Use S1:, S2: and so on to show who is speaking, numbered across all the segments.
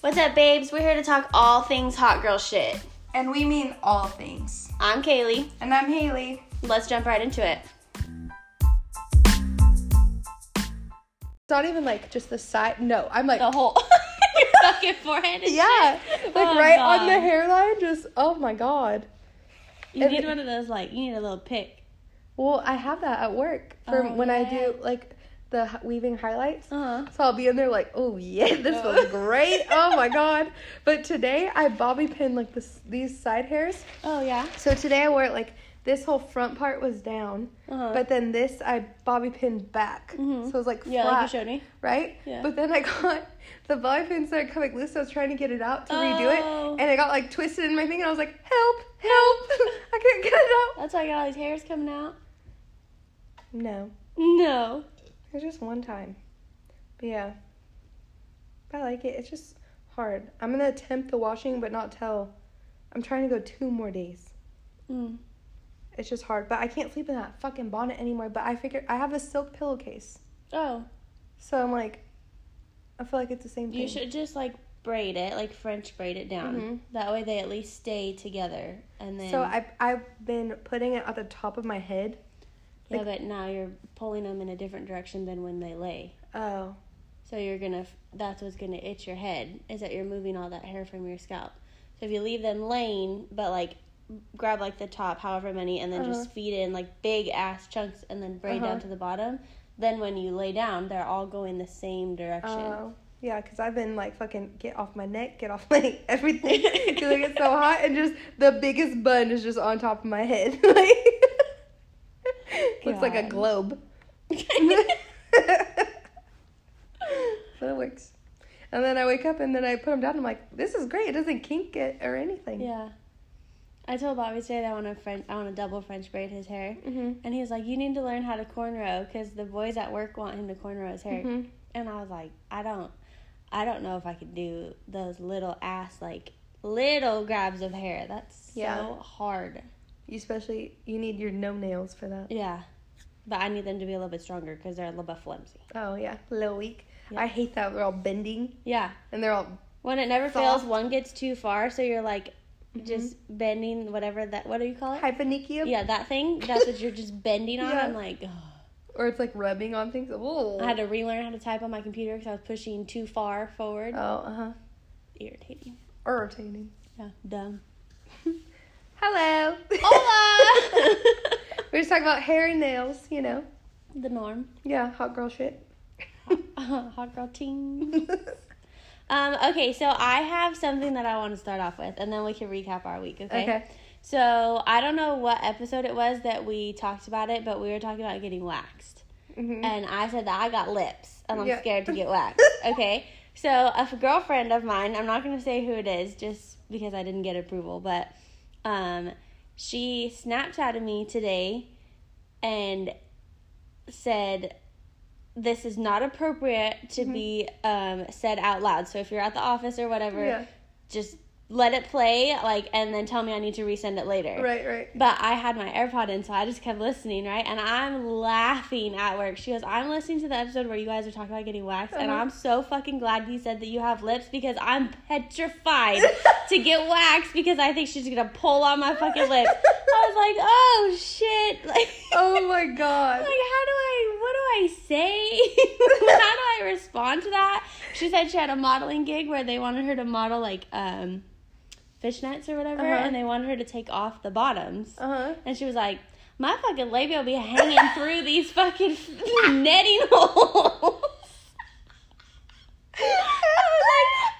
S1: What's up, babes? We're here to talk all things hot girl shit.
S2: And we mean all things.
S1: I'm Kaylee.
S2: And I'm Haley.
S1: Let's jump right into it.
S2: It's not even like just the side. No, I'm like,
S1: The whole your fucking forehead. and
S2: yeah,
S1: shit.
S2: like
S1: Oh,
S2: right
S1: God.
S2: on the hairline. Just oh my god.
S1: You need one of those. Like you need a little pick.
S2: Well, I have that at work for
S1: Oh,
S2: when I
S1: yeah.
S2: do like the h- weaving highlights.
S1: Uh-huh.
S2: So I'll be in there like, oh yeah, this
S1: Oh.
S2: was great. Oh my god. But today I bobby pinned like this these side hairs.
S1: Oh yeah.
S2: So today I wore it like this whole front part was down,
S1: Uh-huh. Mm-hmm.
S2: but then this I bobby pinned back. So it was like
S1: yeah,
S2: flat.
S1: like you showed me.
S2: right?
S1: Yeah.
S2: But then I got the bobby pin started coming loose. I was trying to get it out to redo
S1: Oh.
S2: it, and it got like twisted in my finger. I was like, "Help! Help! I can't get it out."
S1: That's why I got all these hairs coming out.
S2: No,
S1: No.
S2: it was just one time. But yeah, I like it. It's just hard. I'm gonna attempt the washing, but not tell. I'm trying to go two more days.
S1: Mm.
S2: It's just hard, but I can't sleep in that fucking bonnet anymore. But I figure I have a silk pillowcase,
S1: Oh,
S2: so I'm like, I feel like it's the same thing.
S1: you should just like braid it, like French braid it down.
S2: Mhm.
S1: That way they at least stay together. And then
S2: So I I've been putting it at the top of my head.
S1: yeah,
S2: like-
S1: but now you're pulling them in a different direction than when they lay.
S2: Oh.
S1: So you're gonna, that's what's gonna itch your head is that you're moving all that hair from your scalp. So if you leave them laying, but like grab like the top, however many, and then just feed in like big ass chunks and then braid down
S2: Uh-huh.
S1: to the bottom, then when you lay down, they're all going the same direction.
S2: Oh, yeah, because I've been like fucking get off my neck, get off like everything because I get so hot and just the biggest bun is just on top of my head. like, looks like a
S1: God.
S2: globe. but it works. And then I wake up and then I put them down. I'm like, this is great. It doesn't kink it or anything.
S1: yeah. I told Bobby today that I want to French, I want to double French braid his hair,
S2: Mm-hmm.
S1: and he was like, "You need to learn how to cornrow because the boys at work want him to cornrow his hair."
S2: Mhm.
S1: And I was like, I don't, I don't know if I could do those little ass like little grabs of hair. That's so
S2: Yeah.
S1: hard.
S2: You especially you need your no nails for that.
S1: Yeah, but I need them to be a little bit stronger because they're a little bit flimsy.
S2: Oh yeah, a little weak.
S1: Yeah.
S2: I hate that they're all bending
S1: Yeah,
S2: and they're all
S1: when it never fails,
S2: Soft. Mm-hmm.
S1: one gets too far, so you're like just bending whatever that. What do you call it?
S2: hyponychium.
S1: Yeah, that thing. That's what you're just bending on.
S2: Yeah.
S1: I'm like, ugh.
S2: Or it's like rubbing on things. Oh.
S1: I had to relearn how to type on my computer because I was pushing too far forward.
S2: Oh, uh huh.
S1: Irritating.
S2: Irritating.
S1: Yeah, dumb.
S2: Hello.
S1: Hola.
S2: We're just talking about hair and nails, you know.
S1: the norm.
S2: Yeah, hot girl shit.
S1: Hot girl ting. Um, okay, so I have something that I want to start off with, and then we can recap our week, okay?
S2: Okay.
S1: So I don't know what episode it was that we talked about it, but we were talking about getting waxed.
S2: Mhm.
S1: And I said that I got lips, and I'm
S2: Yeah.
S1: scared to get waxed, okay? So a f- girlfriend of mine, I'm not going to say who it is just because I didn't get approval, but um, she Snapchatted me today and said this is not appropriate to
S2: Mm-hmm.
S1: be um, said out loud. So if you're at the office or whatever,
S2: Yeah.
S1: just let it play, like, and then tell me I need to resend it later.
S2: Right, right.
S1: But I had my AirPod in, so I just kept listening, right? And I'm laughing at work. She goes, I'm listening to the episode where you guys are talking about getting waxed, and
S2: Uh-huh.
S1: I'm so fucking glad you said that you have lips because I'm petrified to get waxed because I think she's gonna pull on my fucking lips. I was like, oh shit. Like,
S2: Oh my god.
S1: I'm like, how do I, what do I say? how do I respond to that? She said she had a modeling gig where they wanted her to model like um, fishnets or whatever,
S2: Uh-huh.
S1: and they wanted her to take off the bottoms.
S2: Uh huh.
S1: And she was like, my fucking labia be hanging through these fucking netting holes.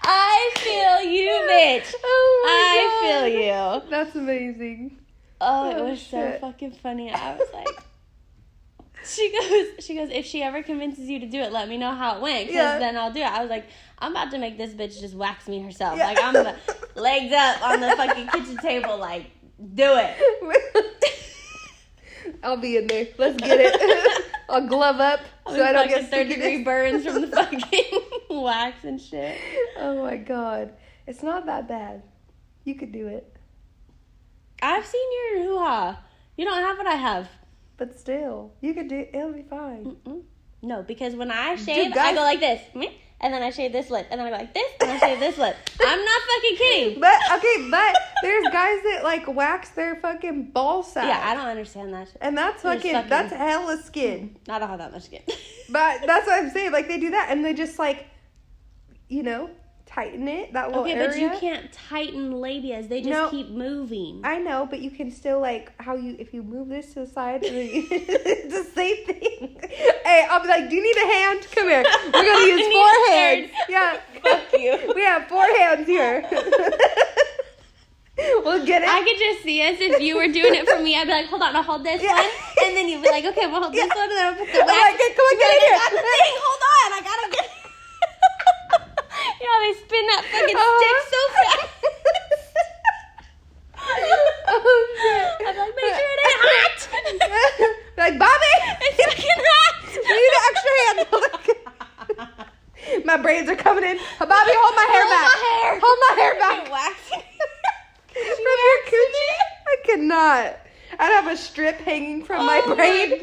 S1: I feel you, bitch.
S2: Oh
S1: I
S2: my
S1: feel
S2: God.
S1: you.
S2: That's amazing.
S1: Oh, it
S2: Oh,
S1: was so
S2: shit.
S1: fucking funny. I was like, she goes, she goes. If she ever convinces you to do it, let me know how it went, because
S2: Yeah.
S1: then I'll do it. I was like, I'm about to make this bitch just wax me herself.
S2: Yeah.
S1: Like I'm gonna, legs up on the fucking kitchen table, like do it.
S2: I'll be in there. Let's get it. I'll glove up so I don't
S1: Fucking
S2: get
S1: third
S2: sticky.
S1: degree burns from the fucking wax and shit.
S2: Oh my god. It's not that bad. You could do it.
S1: I've seen your hoo ha. You don't have what I have.
S2: But still, you could do it'll be fine.
S1: Mm-mm. No, because when I shave, I
S2: guys-
S1: go like this. Meh, and then I shave this lip, and then I go like this, and I shave this lip. I'm not fucking kidding.
S2: But okay, but there's guys that like wax their fucking ball sack.
S1: Yeah, I don't understand that. Shit.
S2: and that's
S1: You're Mm-hmm.
S2: fucking
S1: sucking.
S2: that's hella skin.
S1: I don't have that much skin.
S2: But that's what I'm saying. Like they do that and they just like you know, tighten it that little
S1: okay,
S2: area.
S1: but you can't tighten labias. They just
S2: No.
S1: keep moving.
S2: I know, but you can still like how you if you move this to the side and then you, it's the same thing. Hey, I'll be like, Do you need a hand? Come here. We're gonna
S1: I
S2: use
S1: need
S2: four
S1: a third.
S2: hands. Yeah.
S1: Fuck you.
S2: We have four hands here. we'll get it.
S1: I could just see us if you were doing it for me. I'd be like, hold on, I'll hold this
S2: Yeah.
S1: one, and then you'd be like, okay, we'll hold
S2: Yeah.
S1: this one, and then I'll put the
S2: I'm
S1: wax.
S2: like, "Get- come on,
S1: You'd be like,
S2: get
S1: I
S2: in
S1: got the
S2: here."
S1: thing. Hold on, I gotta get. you know they spin that fucking
S2: Uh-huh.
S1: stick so fast.
S2: Oh, shit.
S1: I'm like, make sure it ain't hot.
S2: like Bobby,
S1: it's fucking hot.
S2: we need an extra hand. my braids are coming in. Bobby, hold my hair
S1: Hold
S2: back.
S1: my hair.
S2: Hold my hair back.
S1: Waxing.
S2: from your coochie? I could not. I'd have a strip hanging from my braid.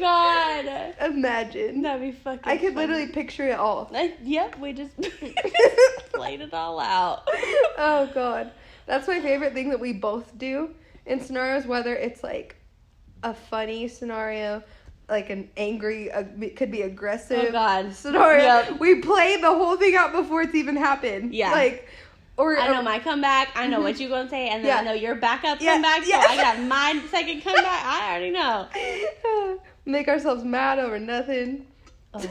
S1: Oh my god.
S2: Imagine.
S1: That'd be fucking.
S2: I could
S1: funny.
S2: literally picture it all.
S1: Uh, yep, we just played it all out.
S2: oh god. That's my favorite thing that we both do in scenarios, whether it's like a funny scenario, like an angry, uh, it could be aggressive
S1: Oh god.
S2: scenario.
S1: Yep.
S2: We play the whole thing out before it's even happened.
S1: Yeah.
S2: Like, or
S1: I know my comeback. I know what you're gonna say, and then I
S2: Yeah.
S1: know your backup
S2: Yeah,
S1: comeback. So
S2: yeah.
S1: I got my second comeback. I already know.
S2: make ourselves mad over nothing.
S1: Oh,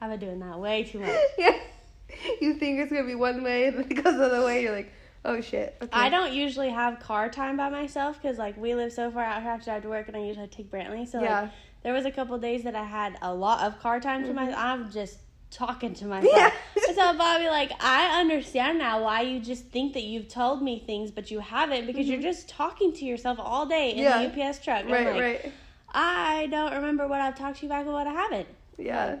S1: I've been doing that way too much.
S2: yeah. You think it's gonna be one way, and then it goes the other way. You're like, oh shit. Okay.
S1: I don't usually have car time by myself because like we live so far out here. I have to drive to work, and I usually take Brantley. So like,
S2: Yeah.
S1: there was a couple days that I had a lot of car time to my. I'm just talking to myself.
S2: Mm-hmm. Yeah.
S1: I tell Bobby like I understand now why you just think that you've told me things, but you haven't because you're just talking to yourself all day in
S2: Mm-hmm. Yeah.
S1: the UPS truck. And I'm
S2: Right,
S1: like,
S2: right.
S1: I don't remember what I've talked to you back and what I haven't.
S2: Yeah.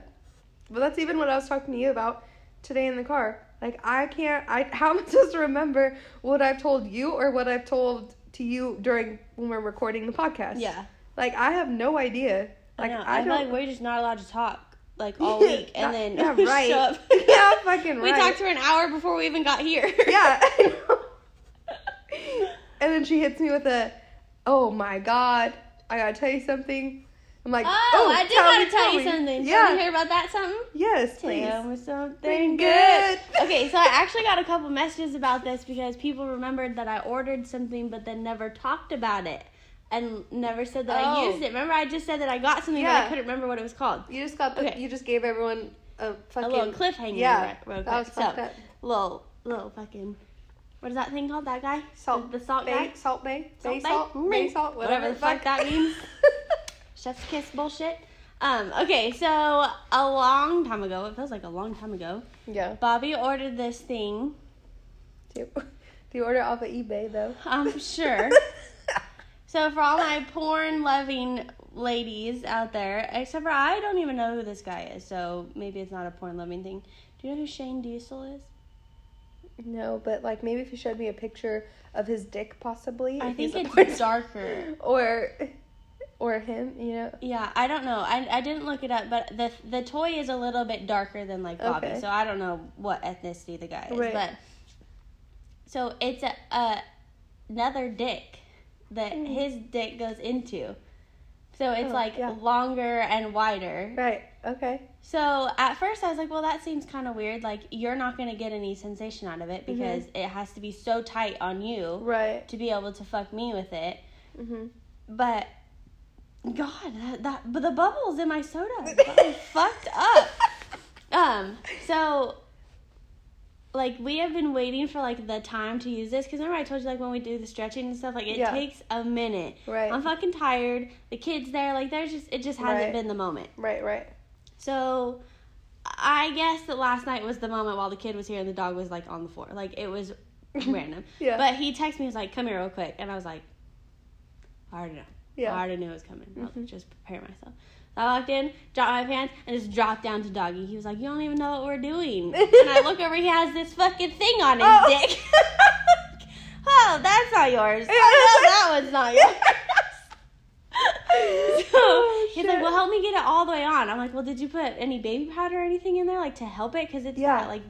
S2: But that's even what I was talking to you about today in the car. Like I can't. I how am I supposed to remember what I've told you or what I've told to you during when we're recording the podcast?
S1: Yeah.
S2: Like I have no idea. Like
S1: I, know.
S2: I,
S1: I, feel
S2: don't.
S1: like we're just not allowed to talk like all week, and
S2: Not-
S1: then
S2: yeah,
S1: we
S2: right.
S1: show up.
S2: Yeah, fucking
S1: we
S2: right.
S1: talked for an hour before we even got here.
S2: yeah. I know. and then she hits me with a, "Oh my god, I gotta tell you something." I'm like,
S1: Oh, I do
S2: tell
S1: want
S2: me,
S1: to tell you
S2: me."
S1: something. Yeah.
S2: Yeah.
S1: Want to hear about that something?
S2: Yes, please.
S1: Tell me something
S2: Something
S1: good.
S2: good.
S1: okay, so I actually got a couple messages about this because people remembered that I ordered something but then never talked about it and never said that I
S2: Oh.
S1: used it. Remember, I just said that I got something but I
S2: Yeah.
S1: couldn't remember what it was called.
S2: You just got the.
S1: Okay.
S2: You just gave everyone a
S1: a
S2: fucking
S1: little cliffhanger.
S2: Yeah,
S1: right, real quick.
S2: that was fucked
S1: so,
S2: up.
S1: Little, little fucking. What is that thing called? That guy?
S2: Salt.
S1: The, the salt
S2: bay,
S1: guy.
S2: Salt bay.
S1: Salt
S2: bay
S1: bay?
S2: salt. Bay
S1: Ring.
S2: salt.
S1: Whatever
S2: Whatever
S1: the fuck that means. Chef's kiss bullshit. Um. Okay. So a long time ago, it feels like a long time ago.
S2: yeah.
S1: Bobby ordered this thing.
S2: Do you, do you order off of eBay though?
S1: I'm sure. so for all my porn loving ladies out there, except for I don't even know who this guy is, so maybe it's not a porn loving thing. Do you know who Shane Diesel is?
S2: no, but like maybe if you showed me a picture of his dick, possibly.
S1: I
S2: if he's
S1: think
S2: a
S1: it's
S2: porn-
S1: darker.
S2: Or, or him. You know.
S1: Yeah, I don't know. I, I didn't look it up, but the the toy is a little bit darker than like Bobby,
S2: Okay.
S1: so I don't know what ethnicity the guy is.
S2: Right.
S1: But so it's a, a another dick that his dick goes into. So it's
S2: Hmm. Oh,
S1: like
S2: yeah.
S1: longer and wider.
S2: Right. Okay.
S1: So at first I was like, well, that seems kind of weird. Like you're not going to get any sensation out of it
S2: Mm-hmm.
S1: because it has to be so tight on you
S2: Right.
S1: to be able to fuck me with it.
S2: Mm-hmm.
S1: But God, that, that but the bubbles in my soda got me fucked up. Um, so like we have been waiting for like the time to use this because remember I told you like when we do the stretching and stuff, like it
S2: Yeah.
S1: takes a minute.
S2: Right.
S1: I'm fucking tired. The kids there, like there's just it just hasn't
S2: Right.
S1: been the moment.
S2: Right. Right.
S1: So I guess that last night was the moment while the kid was here and the dog was like on the floor. Like it was random.
S2: Yeah.
S1: But he texted me, he was like, Come here real quick and I was like, I already know.
S2: Yeah. Mm-hmm.
S1: I already knew it was coming. I'll just prepare myself. So I walked in, dropped my pants, and just dropped down to doggy. He was like, You don't even know what we're doing. and I look over, he has this fucking thing on his
S2: Oh.
S1: dick. oh, that's not yours.
S2: Yeah,
S1: Oh,
S2: that's-
S1: that one's not yours. so
S2: Oh,
S1: he's like,
S2: shit.
S1: Well, help help me get it all the way on. I'm like, well, did you put any baby powder or anything in there, like to help it? Because it's
S2: Yeah.
S1: that like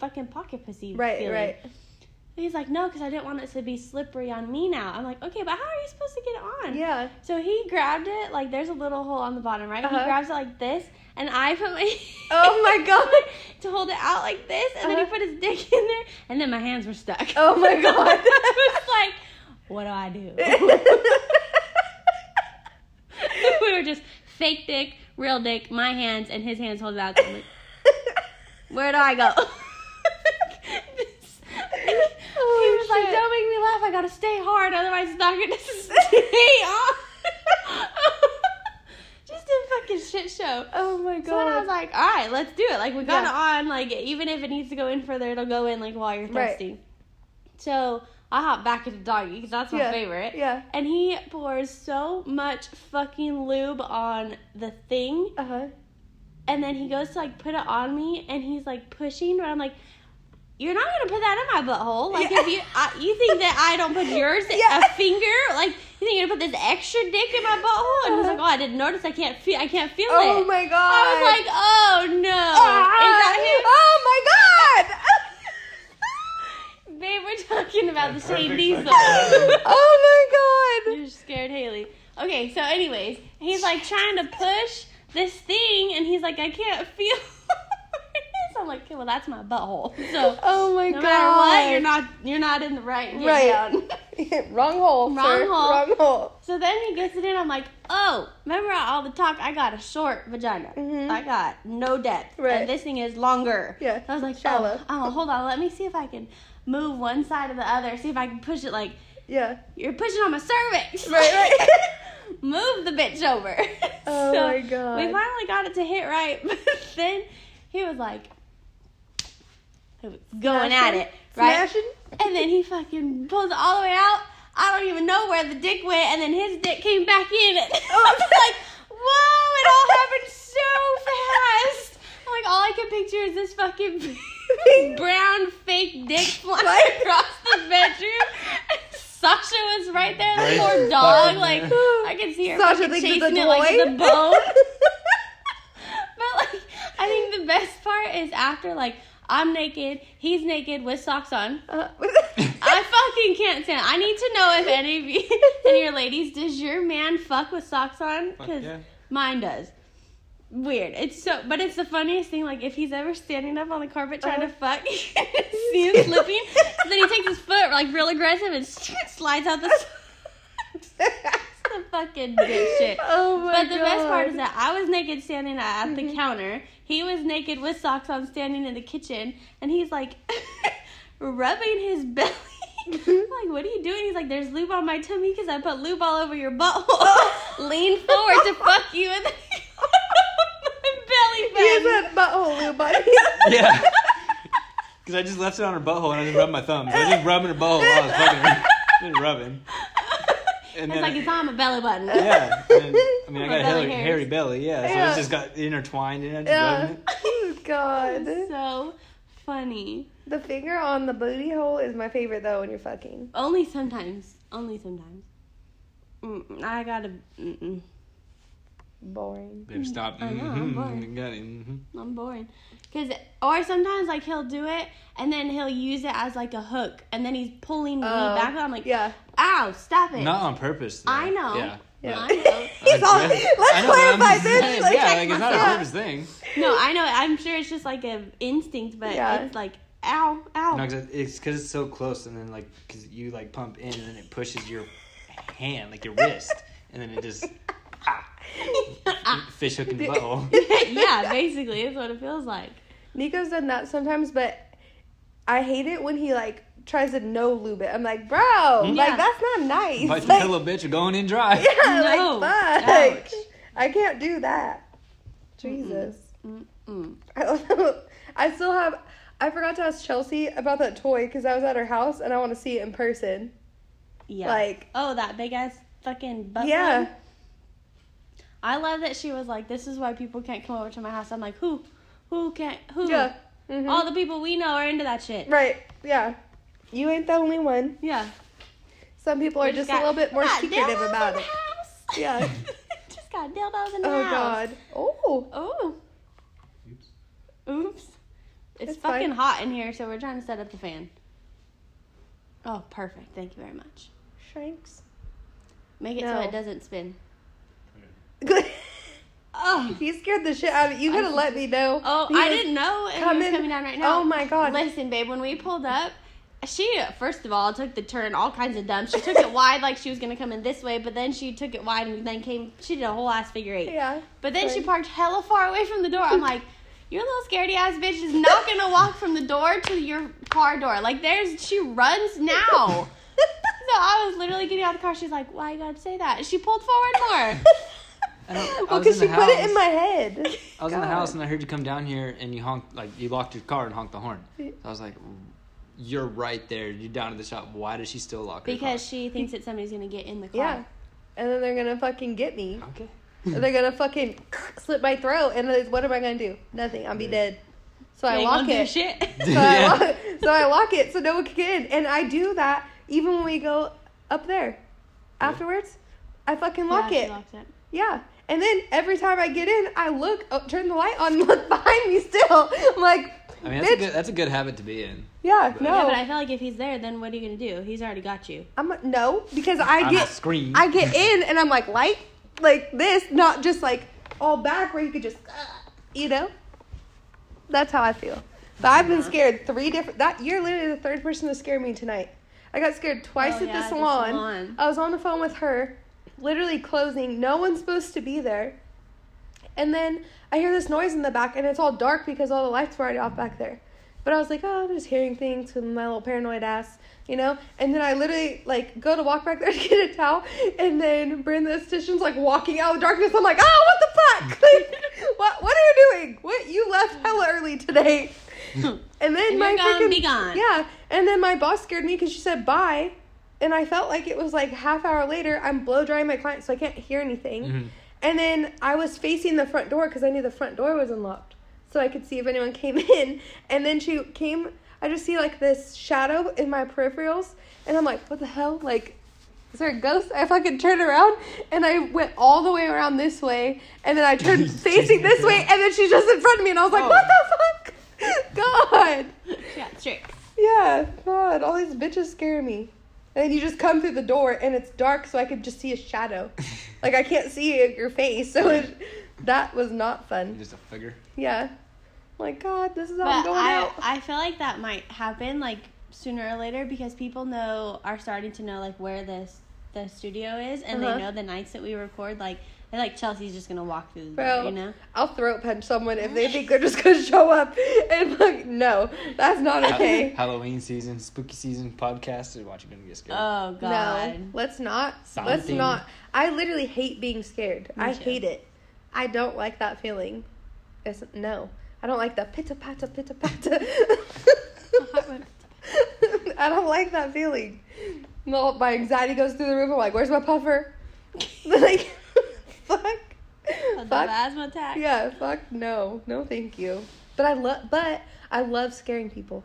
S1: fucking pocket pussy
S2: Right,
S1: feeling.
S2: right.
S1: And he's like, no, because I didn't want it to be slippery on me now. I'm like, okay, but how are you supposed to get it on?
S2: Yeah.
S1: So he grabbed it like there's a little hole on the bottom, right?
S2: Uh-huh.
S1: He grabs it like this, and I put my
S2: Oh my God.
S1: to hold it out like this, and then he
S2: Uh-huh.
S1: put his dick in there, and then my hands were stuck.
S2: Oh my God.
S1: I was like, what do I do? we were just fake dick, real dick, my hands, and his hands holding out. So I'm like, where do I go? he was like,
S2: Oh, shit.
S1: don't make me laugh. I gotta stay hard, otherwise it's not gonna stay on. Just a fucking shit show.
S2: oh my god.
S1: So then I was like, all right, let's do it. Like, we got
S2: Yeah.
S1: it on. Like, even if it needs to go in further, it'll go in, like, while you're
S2: Right.
S1: thirsty. So I hop back into doggy because that's my
S2: Yeah.
S1: favorite.
S2: yeah.
S1: And he pours so much fucking lube on the thing.
S2: Uh huh.
S1: And then he goes to, like, put it on me and he's, like, pushing. But I'm like, you're not going to put that in my butthole. Like,
S2: Yeah.
S1: if you I, you think that I don't put yours,
S2: Yeah.
S1: a finger, like, you think you're going to put this extra dick in my butthole? And he's like, oh, I didn't notice. I can't feel, I can't feel it.
S2: Oh my god. Uh, Ah.
S1: I was like, oh no.
S2: Oh my
S1: Is that him? Babe, we're talking about the Shane
S3: Perfect
S1: Diesel.
S3: fucking
S2: god. oh my god.
S1: You're scared, Haley. Okay, so anyways, he's like trying to push this thing, and he's like, I can't feel. it." I'm like, okay, well, that's my butthole. So
S2: Oh my
S1: no
S2: god.
S1: matter what, you're not you're not in the right. Get
S2: Right.
S1: down.
S2: Wrong hole.
S1: Wrong
S2: sir.
S1: hole.
S2: Wrong hole.
S1: So then he gets it in. I'm like, oh, remember all the talk? I got a short vagina.
S2: Mhm.
S1: I got no depth.
S2: Right.
S1: And this thing is longer.
S2: Yeah,
S1: I was like,
S2: shallow.
S1: oh, oh, hold on. Let me see if I can move one side of the other. See if I can push it. Like,
S2: Yeah.
S1: you're pushing on my cervix.
S2: Right, right.
S1: move the bitch over.
S2: Oh
S1: So
S2: my God.
S1: We finally got it to hit right. But then he was like, he was going at it. Right?
S2: Smashing?
S1: And then he fucking pulls it all the way out. I don't even know where the dick went, and then his dick came back in. I was like, whoa, it all happened so fast. I'm like, all I can picture is this fucking brown fake dick flying
S2: What?
S1: across the bedroom. Sasha was right there, the
S3: Right
S1: poor
S3: fucking
S1: dog. Like,
S3: there.
S1: I can see her
S2: Sasha
S1: fucking
S2: thinks
S1: chasing
S2: it's a
S1: it like
S2: toy.
S1: it's a bone but like I think the best part is after like I'm naked, he's naked with socks on.
S2: Uh,
S1: I fucking can't stand. it. I need to know if any of you, any of your ladies, does your man fuck with socks on?
S3: Fuck
S1: Because
S3: yeah.
S1: mine does. Weird. It's so, but it's the funniest thing. Like if he's ever standing up on the carpet trying to fuck, see him slipping, so then he takes his foot like real aggressive and slides out the. It's the fucking bitch
S2: Oh my
S1: but the best part
S2: God. Mm-hmm.
S1: is that I was naked standing at the counter. He was naked with socks on standing in the kitchen. And he's like rubbing his belly. I'm
S2: Mm-hmm.
S1: like, what are you doing? He's like, there's lube on my tummy because I put lube all over your butthole. Lean forward to fuck you. And then my belly
S2: He
S1: button.
S2: has a butthole, little buddy.
S3: Yeah. Because I just left it on her butthole and I just rubbed my thumbs. I was just rubbing her butthole while I was fucking her. Just rubbing. And
S1: it's
S3: then,
S1: like, it's on my belly button.
S3: yeah. And, I mean,
S1: My
S3: I got a
S1: belly
S3: hairy,
S1: hairs.
S3: hairy belly, yeah. So
S2: Yeah.
S3: it just got intertwined and I just
S2: yeah.
S3: rubbing it.
S2: Oh god.
S1: So funny.
S2: The finger on the booty hole is my favorite though when you're fucking.
S1: Only sometimes. Only sometimes. Mm, I gotta. Mm-mm.
S2: Boring.
S3: They've stopped.
S1: I know, I'm bored.
S3: Mhm. Got it. mhm.
S1: I'm boring. Cause, or sometimes like he'll do it and then he'll use it as like a hook and then he's pulling me
S2: Oh,
S1: back. I'm like,
S2: Yeah.
S1: ow, stop it.
S3: Not on purpose. Though.
S1: I know.
S3: Yeah.
S2: Yeah.
S1: I know.
S2: He's all,
S3: I
S2: let's
S3: guess- I know, but I'm
S2: clarify
S3: just
S2: this.
S3: saying,
S2: Like,
S3: yeah, like it's not a
S2: Yeah.
S3: purpose thing.
S1: No, I know. I'm sure it's just like an instinct, but
S2: Yeah.
S1: it's like, ow, ow.
S3: No, 'cause it- it's because it's so close, and then like because you like pump in, and then it pushes your hand, like your wrist, and then it just
S1: Ah.
S3: fish hook in the butthole.
S1: yeah, basically, it's what it feels like.
S2: Nico's done that sometimes, but I hate it when he like tries to no lube it. I'm like, bro,
S3: Hmm?
S1: Yeah.
S2: like that's not nice.
S3: But
S2: Like,
S3: that little bitch are going in dry.
S2: yeah,
S1: No.
S2: like
S1: Ouch.
S2: fuck. I can't do that. Jesus.
S1: Mm-mm.
S2: I don't know. I still have. I forgot to ask Chelsea about that toy because I was at her house and I want to see it in person.
S1: Yeah.
S2: Like-
S1: oh, that big ass fucking butt.
S2: yeah.
S1: plug. I love that she was like, this is why people can't come over to my house. I'm like, who? Who can't? Who?
S2: Yeah. Mhm.
S1: All the people we know are into that shit.
S2: Right. Yeah. You ain't the only one.
S1: Yeah.
S2: Some people are
S1: We
S2: just a
S1: got-
S2: little bit more
S1: God, they're
S2: secretive
S1: all in
S2: about
S1: the
S2: it.
S1: house.
S2: Yeah.
S1: just got god, dildos in the
S2: Oh
S1: house.
S2: god. Oh.
S1: Oh.
S3: Oops.
S1: Oops. It's,
S2: It's fine.
S1: fucking hot in here, so we're trying to set up the fan. Oh, perfect. Thank you very much.
S2: Shrinks.
S1: Make it
S2: No.
S1: so it doesn't spin.
S2: Good.
S1: Oh.
S2: He scared the shit out of you. You gotta
S1: I-
S2: let me know.
S1: Oh,
S2: He
S1: I
S2: was-
S1: didn't know it
S2: come
S1: was
S2: in-
S1: coming down right now.
S2: Oh my God.
S1: Listen, babe, when we pulled up, she first of all took the turn all kinds of dumb. She took it wide like she was gonna come in this way, but then she took it wide and then came she did a whole ass figure eight.
S2: Yeah.
S1: But then she
S2: Sorry.
S1: parked hella far away from the door. I'm like, your little scaredy ass bitch is not gonna walk from the door to your car door. Like there's she runs now. So I was literally getting out of the car. She's like, "Why you gotta say that?" And she pulled forward more.
S3: I don't- I
S2: well, because
S3: was
S2: she
S3: in the
S2: put it in
S3: house.
S2: my head.
S3: I was in the
S2: God.
S3: house and I heard you come down here and you honked, like you locked your car and honked the horn. So I was like, "You're right there. You're down to the shop. Why does she still lock her
S1: because she thinks that somebody's gonna get in the car.
S2: Yeah. And then they're gonna fucking get me.
S3: car?" okay.
S2: And they're gonna fucking slit my throat. And then what am I gonna do? Nothing. I'll be
S3: Yeah.
S2: dead. So
S1: You
S2: I
S1: ain't
S2: lock
S1: gonna do
S2: it.
S1: shit.
S2: So, I
S3: Yeah.
S2: lock, so I lock it so no one can get in. And I do that even when we go up there. Afterwards, I fucking lock
S1: Yeah, she
S2: it.
S1: locks it.
S2: Yeah. And then every time I get in, I look, oh, turn the light on, and look behind me still. I'm like,
S3: I mean, that's a
S2: bitch.
S3: good that's a good habit to be in.
S2: Yeah, no.
S1: Yeah, but I feel like if he's there, then what are you gonna do? He's already got you.
S2: I'm a- no because I
S3: I'm
S2: get
S3: a scream.
S2: I get in and I'm like light like this, not just like all back where you could just uh, you know. That's how I feel. But I've been scared three different. That you're literally the third person to scare me tonight. I got scared twice
S1: Oh,
S2: at
S1: yeah,
S2: the
S1: the
S2: salon.
S1: salon.
S2: I was on the phone with her, literally closing. No one's supposed to be there. And then I hear this noise in the back, and it's all dark because all the lights were already off back there. But I was like, oh, I'm just hearing things with my little paranoid ass, you know? And then I literally, like, go to walk back there to get a towel, and then Bryn, the esthetician's, like, walking out of the darkness. I'm like, oh, what the fuck? Like, what, what are you doing? What, you left hella early today. And then
S1: And
S2: my
S1: you're gone,
S2: freaking,
S1: be gone.
S2: Yeah, and then my boss scared me because she said bye, and I felt like it was like half hour later. I'm blow drying my client, so I can't hear anything.
S3: Mhm.
S2: And then I was facing the front door because I knew the front door was unlocked, so I could see if anyone came in. And then she came. I just see like this shadow in my peripherals, and I'm like, what the hell? Like, is there a ghost? I fucking turned around and I went all the way around this way, and then I turned facing this way, and then she's just in front of me, and I was like,
S3: Oh.
S2: what the fuck? God.
S1: Yeah, it's tricks.
S2: Yeah, God, all these bitches scare me. And then you just come through the door and it's dark, so I could just see a shadow. like I can't see your face, so it, that was not fun.
S3: Just a figure.
S2: Yeah, like God, this is how I'm
S1: But
S2: going
S1: I,
S2: out.
S1: I feel like that might happen like sooner or later because people know are starting to know like where this the studio is and
S2: Uh-huh.
S1: they know the nights that we record like they're like Chelsea's just gonna walk through the
S2: Bro,
S1: door, you know?
S2: I'll throat punch someone if they think they're just gonna show up and like, no, that's not okay.
S3: Halloween season, spooky season podcast. Is what you're gonna get
S2: Uh,
S3: scared.
S1: Oh god.
S2: No, let's not. Let's
S3: Something.
S2: not. I literally hate being scared.
S1: Me
S2: I
S1: too.
S2: hate it. I don't like that feeling. It's, no, I don't like the pitta patta pitta patta. I don't like that feeling. No, my anxiety goes through the roof. I'm like, where's my puffer? like, fuck.
S1: A dumb
S2: Fuck.
S1: asthma attack.
S2: Yeah, fuck no. No, thank you. But I love, but I love scaring people.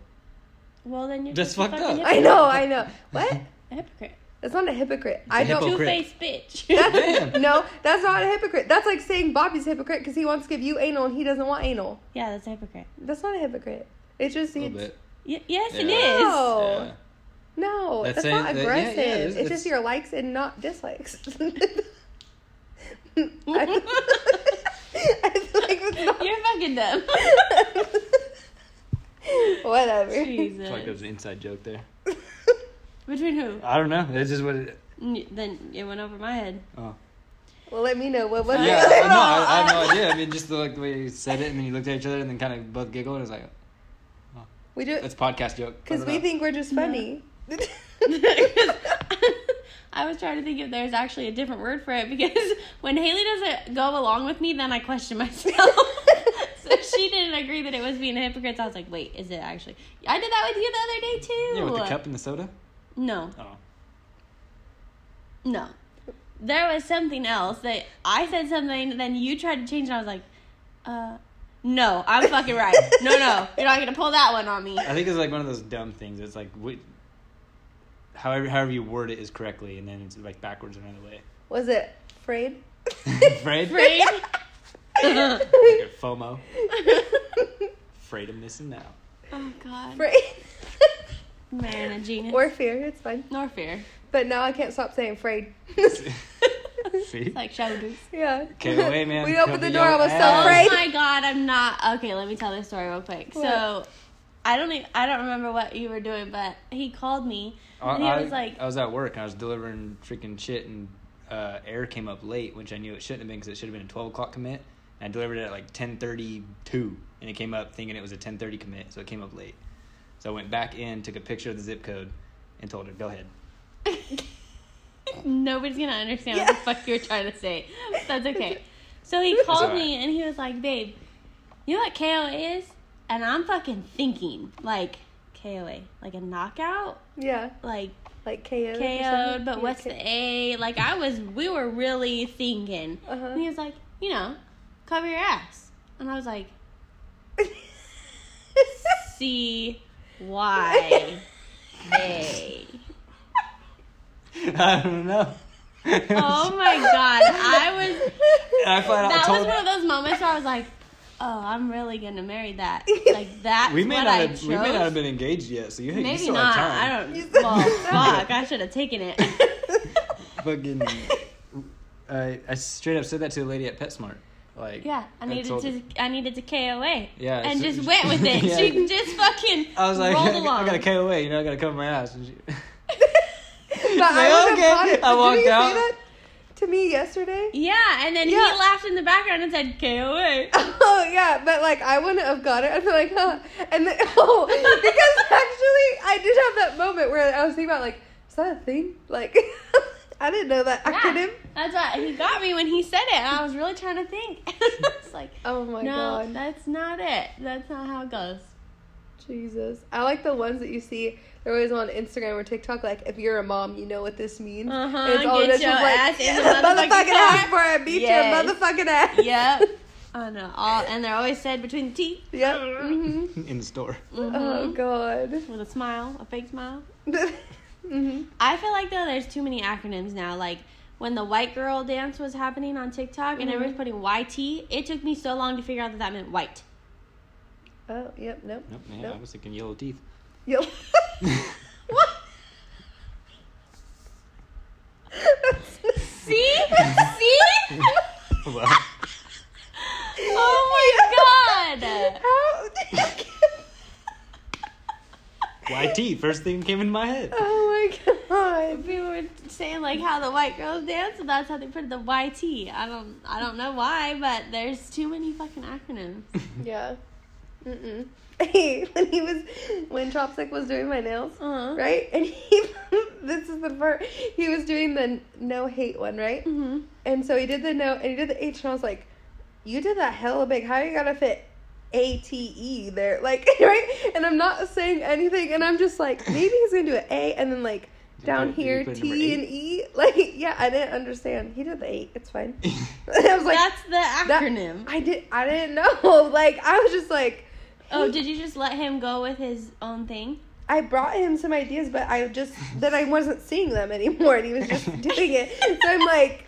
S1: Well then you're
S3: That's
S1: just a
S3: fucked
S1: fucking
S3: up.
S2: I know, I know. What?
S1: A hypocrite.
S2: That's not a hypocrite. I
S3: hypo-
S2: don't.
S1: Two
S3: Hypocrite.
S1: faced bitch.
S2: That's,
S3: Damn.
S2: no, that's not a hypocrite. That's like saying Bobby's a hypocrite because he wants to give you anal and he doesn't want anal.
S1: yeah, that's a hypocrite.
S2: That's not a hypocrite. It's just
S3: a little
S2: it's-
S3: bit.
S1: Y- yes, it
S3: Yeah.
S1: is.
S2: No.
S3: Yeah.
S2: No,
S3: That's
S2: that's,
S3: saying
S2: not
S3: that- yeah, yeah,
S2: aggressive.
S3: it
S2: it's,
S3: is-
S2: just
S3: it's-
S2: your likes and not dislikes. I, I feel like it's not.
S1: You're fucking dumb.
S2: Whatever.
S1: Jesus.
S3: It's like there's an inside joke there.
S1: Between who?
S3: I don't know. That's just what. It,
S1: N- Then it went over my head.
S3: oh.
S2: well, let me know what was
S3: Yeah.
S2: it?
S3: I- no, I, I have no idea. I mean, just the, like the way you said it, and then you looked at each other, and then kind of both giggled. And it was like,
S2: We do
S3: that's a podcast joke. I
S2: because
S3: don't
S2: we
S3: know.
S2: think we're just funny.
S1: I was trying to think if there's actually a different word for it because when Haley doesn't go along with me, then I question myself. so she didn't agree that it was being a hypocrite. So I was like, wait, is it actually? I did that with you the
S3: Yeah,
S1: other day too.
S3: with the cup and the soda.
S1: No,
S3: Oh.
S1: no. There was something else that I said something, then you tried to change, and I was like, uh, no, I'm fucking right. No, no, you're not gonna pull that one on me.
S3: I think it's like one of those dumb things. It's like what, however however you word it is correctly, and then it's like backwards another way.
S2: was it afraid?
S3: Afraid?
S1: Afraid?
S3: Like a FOMO. Afraid of missing out.
S1: Oh god.
S2: Afraid.
S1: Man, a genius.
S2: or fear, it's fine.
S1: Nor fear.
S2: But now I can't stop saying afraid.
S3: See?
S1: It's like shoulders.
S2: yeah.
S3: Okay, wait, man.
S2: We opened
S3: Cover
S2: the door, I
S3: your
S2: was so
S3: ass.
S1: Oh
S2: afraid.
S1: my god, I'm not okay. Let me tell this story real quick. So, I don't even, I don't remember what you were doing, but he called me
S3: I,
S1: and he
S3: Uh, I-
S1: was like,
S3: I was at work and I was delivering freaking shit, and uh, air came up late, which I knew it shouldn't have been because it should have been a twelve o'clock commit. And I delivered it at like ten thirty two, and it came up thinking it was a ten thirty commit, so it came up late. So I went back in, took a picture of the zip code, and told her, "Go ahead."
S1: nobody's gonna understand what the fuck you're trying to say. But That's okay. So he called me and he was like, "Babe, you know what KO is?" And I'm fucking thinking like KOA, like a knockout,
S2: Yeah.
S1: like
S2: Like KO.
S1: KO'd, but what's the A? Like I was, we were really thinking.
S2: Uh-huh.
S1: And he was like, you know, cover your ass, and I was like, C Y A.
S3: I don't know.
S1: Oh my god, I was.
S3: And I flat out
S1: that
S3: told
S1: was one of those moments where I was like, "Oh, I'm really gonna marry that." Like that.
S3: we may
S1: what
S3: not
S1: I
S3: have
S1: chose.
S3: we may not have been engaged yet, so you, you
S1: Maybe
S3: still
S1: not.
S3: have time.
S1: I don't. Well, fuck. I should have taken it.
S3: fucking I, I straight up said that to a lady at PetSmart. Like
S1: Yeah, I needed
S3: told-
S1: to. I needed to KOA.
S3: Yeah,
S1: and
S3: so-
S1: just went with it.
S3: Yeah.
S1: She just fucking
S3: I was like,
S1: rolled
S3: I,
S1: along.
S3: got a KOA, you know, I gotta cover my ass. And she,
S2: But I,
S3: Like,
S2: would've
S3: okay.
S2: bought it.
S3: I
S2: Didn't
S3: walked
S2: you say
S3: out.
S2: that to me yesterday.
S1: yeah, and then
S2: Yeah.
S1: he laughed in the background and said KOA.
S2: Oh yeah, but like I wouldn't have got it. I'd be like, huh. And then, oh, because actually I did have that moment where I was thinking about like, is that a thing? Like, I didn't know that
S1: Yeah,
S2: acronym.
S1: That's why he got me when he said it, and I was really trying to think. I was like,
S2: Oh my
S1: no,
S2: god,
S1: that's not it. That's not how it goes.
S2: Jesus! I like the ones that you see. They're always on Instagram or TikTok. Like, if you're a mom, you know what this means.
S1: Uh-huh,
S2: And
S1: get
S2: just
S1: your ass in the
S2: motherfucking,
S1: motherfucking
S2: ass
S1: car."
S2: before I beat
S1: Yes.
S2: your motherfucking ass.
S1: Yep. I know. All and they're always said between the teeth.
S2: Yep.
S1: Mm-hmm.
S2: hmm
S3: in the store.
S2: Oh god.
S1: With a smile, a fake smile.
S2: hmm
S1: I feel like though there's too many acronyms now. Like when the white girl dance was happening on TikTok and
S2: Mm-hmm.
S1: everyone's putting YT, it took me so long to figure out that that meant white.
S2: Oh yep. Nope.
S3: Nope, man,
S2: Nope.
S3: I was thinking yellow teeth.
S2: Yep.
S1: What? See? See?
S3: Well,
S1: Oh my god.
S2: How?
S3: YT, first thing came in my head.
S2: oh my god.
S1: We were saying like how the white girls dance, and that's how they put the YT. I don't, I don't know why, but there's too many fucking acronyms.
S2: Yeah. Mm-mm. Hey, when he was when Chopstick was doing my nails,
S1: Uh-huh.
S2: right? And he this is the part he was doing the no hate one, right?
S1: Mm-hmm.
S2: And so he did the no and he did the H and I was like, You did that hella big. How you gonna fit A T E there? Like right? And I'm not saying anything and I'm just like, maybe he's gonna do an A and then like
S3: you
S2: down
S3: put- did you
S2: here
S3: put
S2: T
S3: number eight?
S2: and E. Like yeah, I didn't understand. He did the eight, it's fine. I was like
S1: that's the acronym.
S2: I did I didn't know. Like I was just like
S1: oh, did you just let him go with his own thing?
S2: I brought him some ideas, but I just then I wasn't seeing them anymore, and he was just doing it. So I'm like,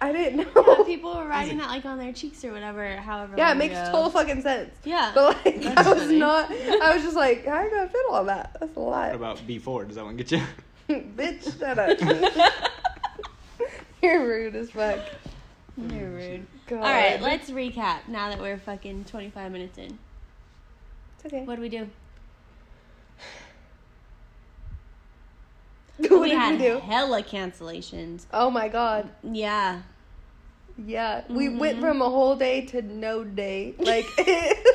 S2: I didn't
S1: But
S2: know.
S1: people were writing that like on their cheeks or whatever. However.
S2: Yeah, it
S1: long
S2: makes
S1: ago.
S2: total fucking sense.
S1: Yeah.
S2: But like,
S1: That's
S2: I was
S1: funny.
S2: not. I was just like, how you gonna fit all that? That's a
S3: What
S2: lot,
S3: about B4? Does that one get you?
S2: bitch. Shut up. You're rude as fuck.
S1: You're rude.
S2: God.
S1: All right, let's recap. Now that we're fucking 25 minutes in,
S2: It's okay.
S1: what do we do?
S2: What
S1: we
S2: did
S1: had
S2: we do?
S1: hella cancellations.
S2: Oh my god.
S1: Yeah.
S2: Yeah, we
S1: Mm-hmm.
S2: went from a whole day to no day. Like.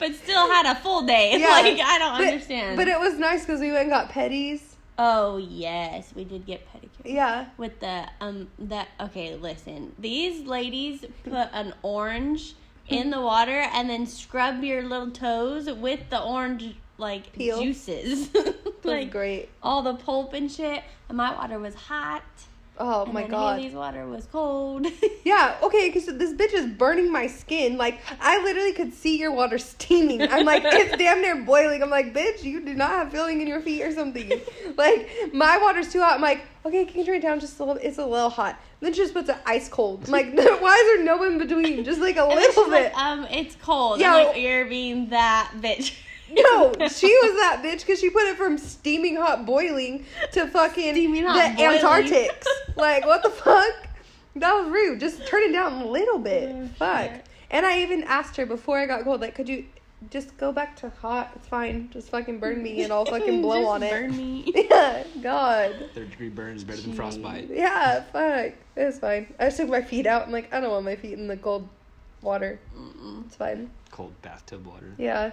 S1: But still had a full day.
S2: Yeah.
S1: Like I don't
S2: But-
S1: understand.
S2: But it was nice because we went and got petties.
S1: Oh yes, we did get pedicure
S2: Yeah.
S1: with the um that okay. Listen, these ladies put an orange in the water and then scrub your little toes with the orange like
S2: Peel.
S1: juices,
S2: It was
S1: like
S2: great.
S1: all the pulp and shit. And my water was hot.
S2: Oh
S1: and
S2: my
S1: then
S2: god.
S1: Haley's water was cold.
S2: Yeah, okay, because this bitch is burning my skin. Like, I literally could see your water steaming. I'm like, it's damn near boiling. I'm like, bitch, you do not have feeling in your feet or something. Like, my water's too hot. I'm like, okay, can you turn it down just a little? It's a little hot. Then she just puts it ice cold. I'm like, why is there no in between? Just like a
S1: And then she's
S2: little bit.
S1: Like, um, it's cold.
S2: Yeah.
S1: I'm like, you're being that bitch.
S2: No, she was that bitch because she put it from steaming hot boiling to fucking
S1: Steaming hot
S2: the
S1: boiling.
S2: Antarctics. like, what the fuck? That was rude. Just turn it down a little bit.
S1: Oh,
S2: fuck.
S1: shit.
S2: And I even asked her before I got cold, like, could you just go back to hot? It's fine. Just fucking burn me and I'll fucking blow
S1: Just
S2: on
S1: burn me.
S2: it. Yeah, God.
S3: Third degree burn is better than frostbite.
S2: Yeah, fuck. It was fine. I just took my feet out. I'm like, I don't want my feet in the cold water.
S1: Mm-mm.
S2: It's fine.
S3: Cold bathtub water.
S2: Yeah.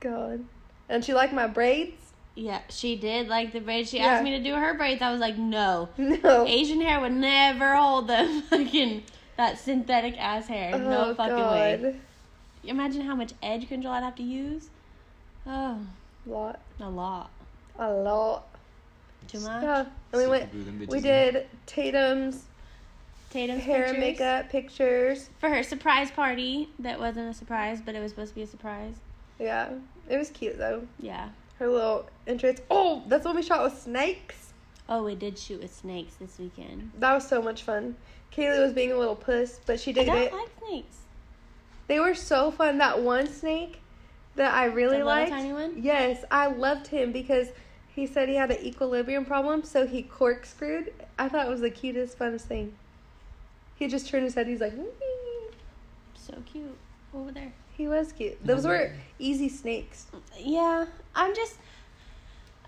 S2: God. And she liked my braids?
S1: Yeah, she did like the braids. She
S2: Yeah.
S1: asked me to do her braids. I was like, no.
S2: No.
S1: Asian hair would never hold the fucking that synthetic ass hair.
S2: Oh,
S1: no fucking way. Imagine how much edge control I'd have to use. Oh,
S2: Lot.
S1: a lot.
S2: A lot.
S1: Too much.
S2: Yeah. And we
S3: Super
S2: went
S3: glue them bitches
S2: we
S3: in.
S2: did Tatum's
S1: Tatum's
S2: hair and
S1: pictures.
S2: makeup pictures.
S1: for her surprise party. That wasn't a surprise, but it was supposed to be a surprise.
S2: Yeah. It was cute though.
S1: Yeah.
S2: Her little entrance. Oh, that's when we shot with snakes.
S1: Oh, we did shoot with snakes this weekend.
S2: That was so much fun. Kaylee was being a little puss, but she
S1: I
S2: did it.
S1: don't like snakes.
S2: They were so fun. That one snake that I really
S1: The little
S2: liked.
S1: tiny one?
S2: Yes, I loved him because he said he had an equilibrium problem, so he corkscrewed. I thought it was the cutest, funnest thing. He just turned his head. He's like, "Wee."
S1: So cute over there.
S2: he was cute. Those were easy snakes.
S1: Yeah, I'm just.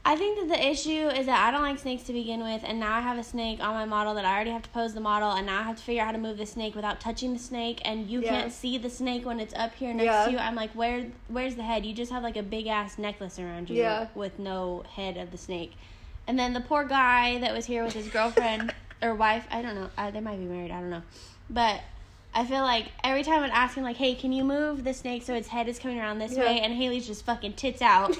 S1: I think that the issue is that I don't like snakes to begin with, and now I have a snake on my model that I already have to pose the model, and now I have to figure out how to move the snake without touching the snake, and you
S2: Yeah.
S1: can't see the snake when it's up here next
S2: Yeah.
S1: to you. I'm like, where? Where's the head? You just have like a big ass necklace around you
S2: Yeah.
S1: with no head of the snake, and then the poor guy that was here with his girlfriend or wife. I don't know. Uh, they might be married. I don't know, but. I feel like every time I'd ask him, like, hey, can you move the snake so its head is coming around this
S2: Yeah.
S1: way? And Haley's just fucking tits out.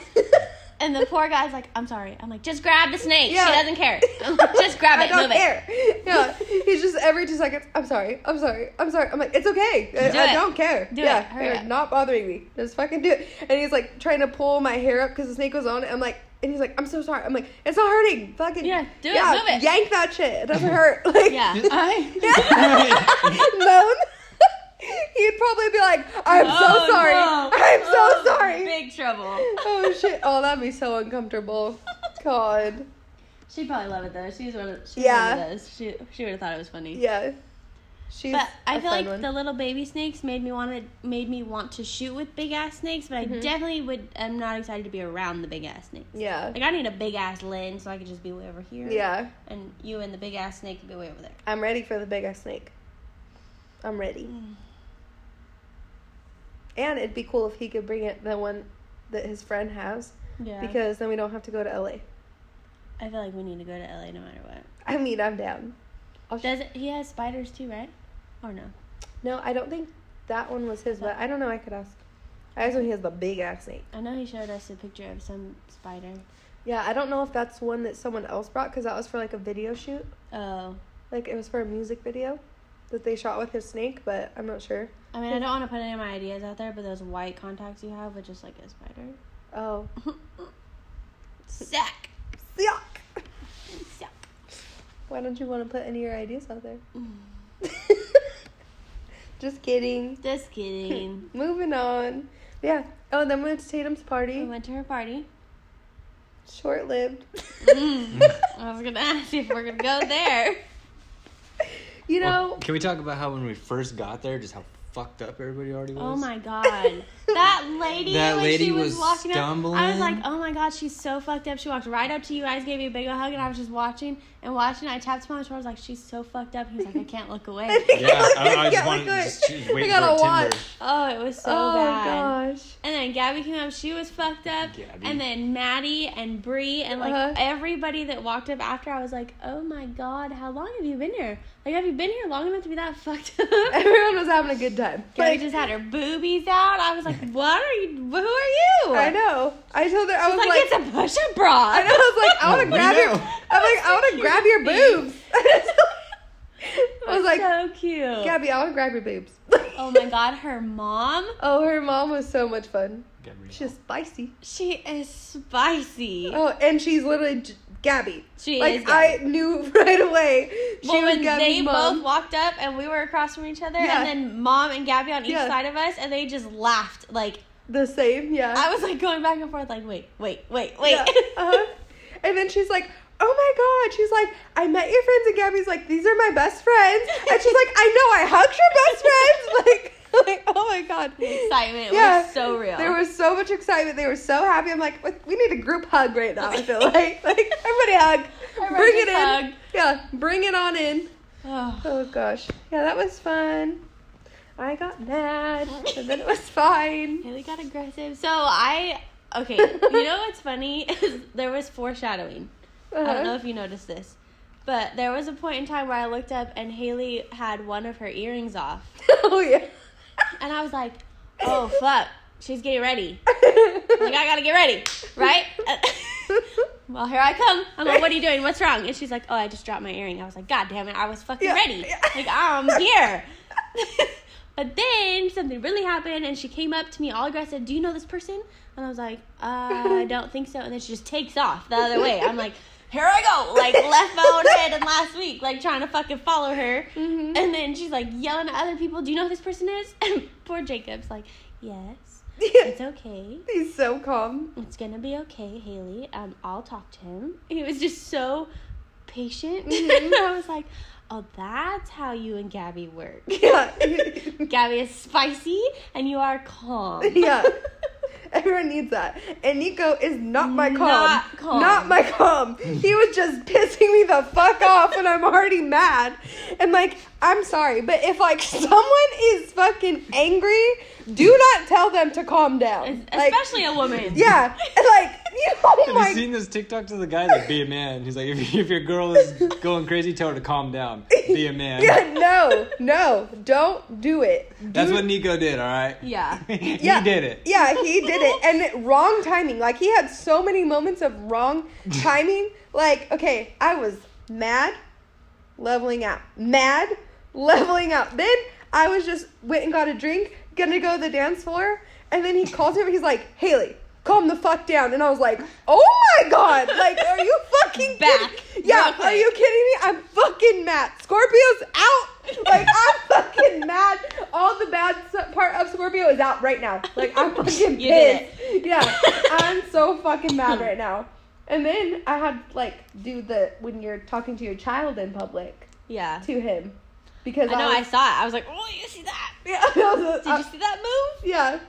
S1: And the poor guy's like, I'm sorry. I'm like, just grab the snake.
S2: Yeah.
S1: She doesn't care. I'm like, just grab
S2: I
S1: it,
S2: don't
S1: move it.
S2: care. Yeah, he's just every two seconds. I'm sorry. I'm sorry. I'm sorry. I'm like, it's okay. I,
S1: Do
S2: I
S1: it.
S2: don't care.
S1: Do
S2: yeah,
S1: it. Hurry
S2: you're
S1: up."
S2: not bothering me. Just fucking do it. And he's like trying to pull my hair up because the snake was on. it. I'm like, and he's like, I'm so sorry. I'm like, it's not hurting. Fucking
S1: Yeah, do it. Move it.
S2: Yank that shit. It doesn't hurt. Like,
S1: Yeah.
S2: moan. He'd probably be like, I'm
S1: Oh,
S2: so sorry.
S1: no.
S2: I'm so
S1: Oh,
S2: sorry.
S1: Big trouble.
S2: Oh shit! Oh, that'd be so uncomfortable. God.
S1: She'd probably love it though. She's one of, she's
S2: Yeah.
S1: one of those. She, she would have thought it was funny.
S2: Yeah. She's.
S1: But I
S2: a
S1: feel
S2: fun
S1: like
S2: one.
S1: the little baby snakes made me want to made me want to shoot with big ass snakes, but I
S2: Mm-hmm.
S1: definitely would. I'm not excited to be around the big ass snakes.
S2: Yeah.
S1: Like I need a big ass lens so I could just be way over here.
S2: Yeah.
S1: And you and the big ass snake could be way over there.
S2: I'm ready for the big ass snake. I'm ready. And it'd be cool if he could bring it the one that his friend has
S1: Yeah.
S2: because then we don't have to go to LA.
S1: I feel like we need to go to LA no matter what.
S2: I mean, I'm down. I'll sh-
S1: Does it, he has spiders too, right? Or no?
S2: no, I don't think that one was his, but I don't know. I could ask. I assume he has the big ass snake.
S1: I know he showed us a picture of some spider.
S2: Yeah, I don't know if that's one that someone else brought because that was for like a video shoot.
S1: Oh,
S2: Like it was for a music video that they shot with his snake, but I'm not sure.
S1: I mean, I don't want to put any of my ideas out there, but those white contacts you have with just like a spider.
S2: Oh,
S1: Sack.
S2: yuck!
S1: Sack.
S2: Why don't you want to put any of your ideas out there? Just kidding.
S1: Just kidding.
S2: Moving on. Yeah. Oh, then we went to Tatum's
S1: we
S2: party.
S1: went to her party.
S2: Short lived.
S1: Mm. I was gonna ask if we're gonna go there.
S2: you
S3: Well,
S2: know,
S3: can we talk about how when we first got there, just how fucked up everybody already was?
S1: Oh my god, that lady!
S3: That
S1: when
S3: lady
S1: she was,
S3: was
S1: walking up, I was
S3: stumbling.
S1: like, oh my god, she's so fucked up. She walked right up to you guys, gave you a big ol' hug, and I was just watching and watching. I tapped him on the shoulder, I was like, she's so fucked up. He was like, I can't look away.
S3: Yeah, I, I
S2: Yeah,
S3: just wanted
S2: look at
S3: to
S2: it.
S3: just, she was waiting
S2: gotta
S3: for a
S2: watch.
S3: timber.
S1: Oh, it was so
S2: oh
S1: bad.
S2: gosh.
S1: And then Gabby came up, she was fucked up.
S3: Gabby.
S1: And then Maddie and Bree and like
S2: Uh-huh.
S1: everybody that walked up after, I was like, oh my god, how long have you been here? Like, have you been here long enough to be that fucked up?
S2: Everyone was having a good time.
S1: Carrie
S2: Like,
S1: just had her boobies out. I was like, what are you? Who are you?
S2: I know. I told her I
S1: I
S2: was
S1: was like,
S2: like,
S1: it's a push-up bra.
S2: I know. I was like, I want to
S3: We
S2: grab your. I'm
S3: know.
S2: like, I want to
S1: Cute
S2: grab your boobs. I was like,
S1: so cute.
S2: Gabby, I want to grab your boobs.
S1: Oh my god, her mom.
S2: Oh, her mom was so much fun.
S3: Gabrielle.
S2: She's spicy.
S1: She is spicy.
S2: Oh, and she's literally J- Gabby.
S1: She
S2: like
S1: is.
S2: I knew right away she
S1: well,
S2: was
S1: when
S2: Gabby's
S1: they
S2: mom.
S1: both walked up and we were across from each other,
S2: Yeah.
S1: and then mom and Gabby on each
S2: Yeah.
S1: side of us, and they just laughed. Like
S2: the same, yeah.
S1: I was like going back and forth, like wait, wait, wait, wait.
S2: Yeah, uh-huh. And then she's like, "Oh my god!" She's like, "I met your friends," and Gabby's like, "These are my best friends," and she's like, "I know, I hugged your best friends." Like, like, oh my god,
S1: The excitement was so real.
S2: There was so much excitement. They were so happy. I'm like, "What- we need a group hug right now. I feel like, like everybody hug,
S1: Everybody
S2: bring it in,
S1: just hug.
S2: yeah, bring it on in.
S1: Ugh.
S2: Oh gosh, yeah, that was fun. I got mad, and then it was fine.
S1: Haley got aggressive. So I okay. you know what's funny is there was foreshadowing. I
S2: Uh-huh.
S1: don't know if you noticed this, but there was a point in time where I looked up and Haley had one of her earrings off,
S2: oh
S1: and I was like, "Oh fuck, she's getting ready. Like
S2: yeah.
S1: I gotta get ready, right?" well, here I come. I'm like, "What are you doing? What's wrong?" And she's like, "Oh, I just dropped my earring." I was like, "God damn it, I was fucking
S2: Yeah,
S1: ready.
S2: yeah.
S1: Like I'm here." but then something really happened, and she came up to me all aggressive. Do you know this person? And I was like, uh, I don't think so. And then she just takes off the other way. I'm like, here I go, like left my own head and last week, like trying to fucking follow her.
S2: Mhm.
S1: And then she's like yelling at other people. Do you know who this person is? poor Jacob's like, yes, it's okay.
S2: He's so calm.
S1: It's gonna be okay, Haley. Um, I'll talk to him. He was just so patient.
S2: Mhm.
S1: I was like, oh, that's how you and Gabby work.
S2: Yeah.
S1: Gabby is spicy and you are calm.
S2: yeah. Everyone needs that. And Nico is not my calm.
S1: Not calm.
S2: Not my calm. He was just pissing me the fuck off and I'm already mad. And like, I'm sorry, but if like someone is fucking angry, do not tell them to calm down. Like,
S1: Especially a woman.
S2: Yeah. And like, you oh
S3: Have
S2: my
S3: you seen this TikTok to the guy like be a man? He's like, if, if your girl is going crazy, tell her to calm down. Be a man.
S2: Yeah, no, no, don't do it. Do
S3: That's what Nico did. All right.
S1: Yeah.
S3: he
S2: Yeah.
S3: did it.
S2: Yeah, he did it. And it- wrong timing. Like, he had so many moments of wrong timing. Like, okay, I was mad, leveling out. Mad, leveling out. Then I was just went and got a drink, gonna go to the dance floor. And then he calls him. He's like, Haley, calm the fuck down. And I was like, oh my God. Like, are you fucking
S1: Back,
S2: kidding- Yeah,
S1: real quick.
S2: are you kidding me? I'm fucking mad. Scorpio's out. Like, I'm fucking mad. All the bad s- part of Scorpio is out right now. Like, I'm fucking
S1: You did
S2: pissed. Yeah, I'm so fucking mad right now. And then I had, like, do the when you're talking to your child in public
S1: Yeah.
S2: to him. Because
S1: I know, I
S2: was-
S1: saw it. I was like, oh, you see that?
S2: yeah, I was-
S1: Did
S2: I-
S1: you see that move?
S2: yeah,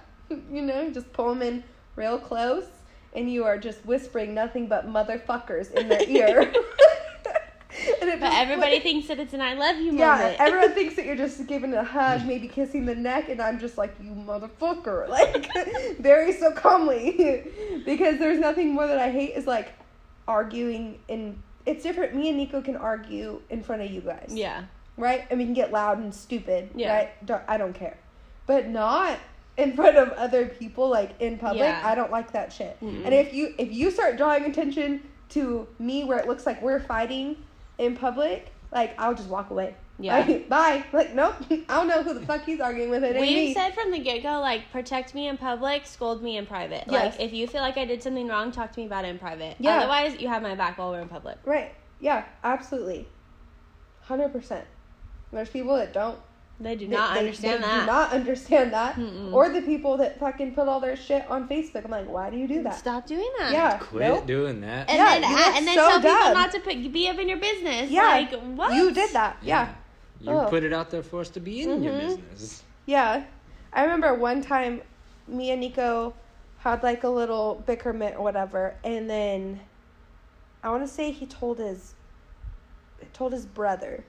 S2: you know, just pull them in real close, and you are just whispering nothing but motherfuckers in their ear. and it
S1: But
S2: just-
S1: everybody thinks that it's an I love you
S2: yeah,
S1: moment.
S2: everyone thinks that you're just giving a hug, maybe kissing the neck, and I'm just like, you motherfucker, like very so calmly, because there's nothing more that I hate is like arguing in. It's different. Me and Nico can argue in front of you guys
S1: yeah.
S2: right? And we can get loud and stupid,
S1: Yeah.
S2: right? Don't, I don't care. But not in front of other people, like in public.
S1: Yeah.
S2: I don't like that shit.
S1: Mm-mm.
S2: And if you if you start drawing attention to me where it looks like we're fighting in public, like I'll just walk away.
S1: Yeah.
S2: Like, bye. Like, nope. I don't know who the fuck he's arguing with. It ain't
S1: We've
S2: me.
S1: said from the get go, like, protect me in public, scold me in private.
S2: Yes.
S1: Like, if you feel like I did something wrong, talk to me about it in private.
S2: Yeah.
S1: Otherwise, you have my back while we're in public.
S2: right. Yeah. Absolutely. Hundred percent. There's people that don't
S1: They do
S2: They-
S1: not
S2: they-
S1: understand
S2: they
S1: that.
S2: Do not understand that.
S1: Mm-mm.
S2: Or the people that fucking put all their shit on Facebook. I'm like, why do you do that?
S1: Stop doing that.
S2: Yeah.
S3: Quit
S2: nope.
S3: doing that.
S1: And
S2: Yeah,
S1: then,
S2: you look
S1: and then
S2: so
S1: tell people
S2: dumb.
S1: not to put, be up in your business.
S2: Yeah.
S1: Like, what?
S2: You did that. Yeah.
S3: You
S2: Ugh.
S3: put it out there for us to be in your
S2: Mhm.
S3: business.
S2: Yeah. I remember one time me and Nico had like a little bickerment or whatever and then I want to say he told his told his brother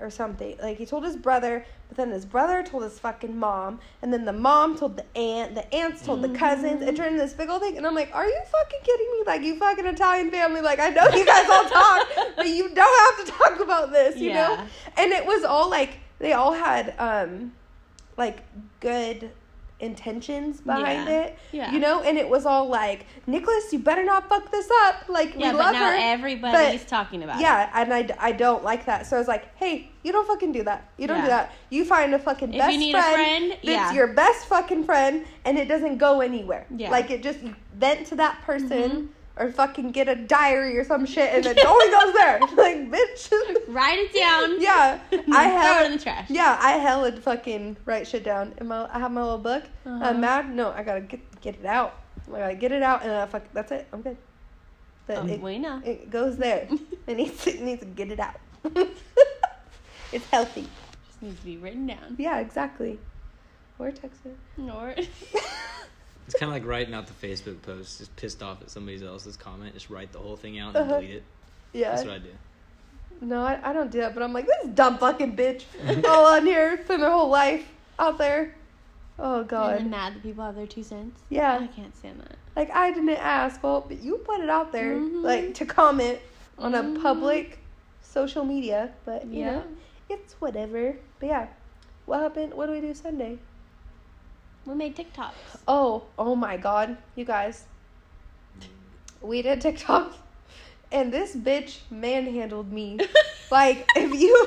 S2: or something. Like he told his brother, but then his brother told his fucking mom, and then the mom told the aunt, the aunts told the cousins. It turned into this big old thing, and I'm like, "Are you fucking kidding me? Like you fucking Italian family? Like I know you guys all talk, but you don't have to talk about this, you
S1: Yeah.
S2: know?" And it was all like they all had um like good intentions behind
S1: Yeah.
S2: it,
S1: Yeah.
S2: you know. And it was all like, "Nicholas, you better not fuck this up." Like
S1: Yeah,
S2: we
S1: but
S2: love
S1: now
S2: her,
S1: everybody's talking about it.
S2: yeah, and I, d- I don't like that. So I was like, hey, you don't fucking do that. You don't do
S1: Yeah.
S2: that. You find a fucking
S1: If you
S2: best
S1: need a
S2: friend.
S1: friend,
S2: that's
S1: yeah.
S2: your best fucking friend, and it doesn't go anywhere.
S1: Yeah. Mm-hmm.
S2: Like it just you vent to that person. Or fucking get a diary or some shit, and it only goes there. Like, bitch.
S1: Write it down.
S2: yeah,
S1: And
S2: I
S1: then throw it in
S2: have.
S1: the trash.
S2: Yeah, I hella fucking write shit down. In my, I have my little book. I'm mad. No, I gotta get get it out. I gotta get it out, and I fuck. That's it. I'm good. That
S1: Um,
S2: it-
S1: we know.
S2: it goes there. It needs to, it needs to get it out. it's healthy.
S1: Just needs to be written down.
S2: Yeah, exactly. Or text it.
S1: Or
S3: It's kind of like writing out the Facebook post, just pissed off at somebody else's comment. Just write the whole thing out and
S2: Uh-huh.
S3: delete it.
S2: yeah.
S3: That's what I do.
S2: No, I, I don't do that, but I'm like, this dumb fucking bitch. all on here, putting their whole life out there. Oh,
S1: and then
S2: God.
S1: mad that people have their two cents. I
S2: Yeah.
S1: can't stand that.
S2: Like, I didn't ask, well, but you put it out there,
S1: Mhm.
S2: like, to comment on a
S1: Mhm.
S2: public social media, but, you
S1: Yeah.
S2: know, it's whatever. But, yeah. What happened? What do we do Sunday?
S1: We made TikToks.
S2: Oh, oh my god, you guys. We did TikTok and this bitch manhandled me. like, if you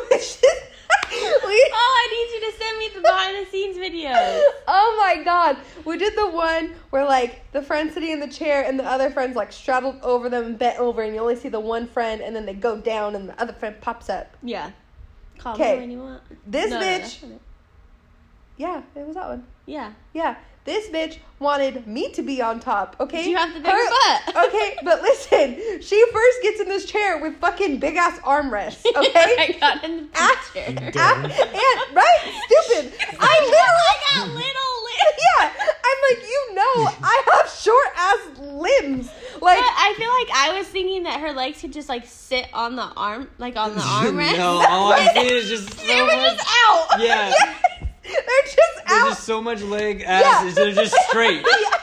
S2: we,
S1: Oh, I need you to send me the behind the scenes videos.
S2: Oh my god. We did the one where like the friend's sitting in the chair and the other friend's like straddled over them and bent over and you only see the one friend and then they go down and the other friend pops up.
S1: Yeah. Call
S2: Okay.
S1: me when you want.
S2: This
S1: No, no, no,
S2: bitch
S1: that's not it.
S2: Yeah, it was that one.
S1: Yeah.
S2: Yeah. This bitch wanted me to be on top, okay?
S1: You have the bigger
S2: Her-
S1: butt.
S2: Okay, but listen, she first gets in this chair with fucking big ass armrests, okay?
S1: I got in the
S2: Ah.
S1: picture.
S2: and, and- right? Stupid. I
S1: I
S2: literally
S1: got little lips.
S2: Yeah. I'm like, you know, I have short ass limbs.
S1: But
S2: Like
S1: I feel like I was thinking that her legs could just like sit on the arm, like on the armrest.
S3: no, all I see is just
S2: they
S3: so
S2: were
S3: much.
S2: just out.
S3: Yeah.
S2: Yes. They're just
S3: There's
S2: out.
S3: just so much leg ass.
S2: Yeah.
S3: is They're just straight.
S2: Yeah.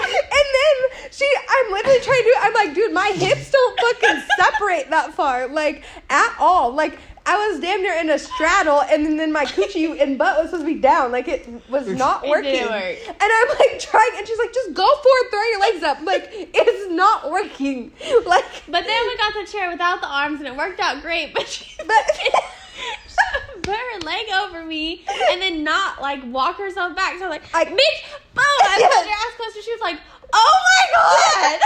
S2: And then she, I'm literally trying to. I'm like, dude, my hips don't fucking separate that far, like at all. Like I was damn near in a straddle, and then, then my coochie and butt was supposed to be down. Like it was not
S1: It
S2: working.
S1: didn't work.
S2: And I'm like trying, and she's like, just go forward, throw your legs up. I'm like it's not working. Like,
S1: But then we got the chair without the arms, and it worked out great. But she
S2: but
S1: put her leg over me, and then not like walk herself back. So I'm like,
S2: I-
S1: bitch, boom! I
S2: Yes.
S1: put her ass closer. She was like, oh my god.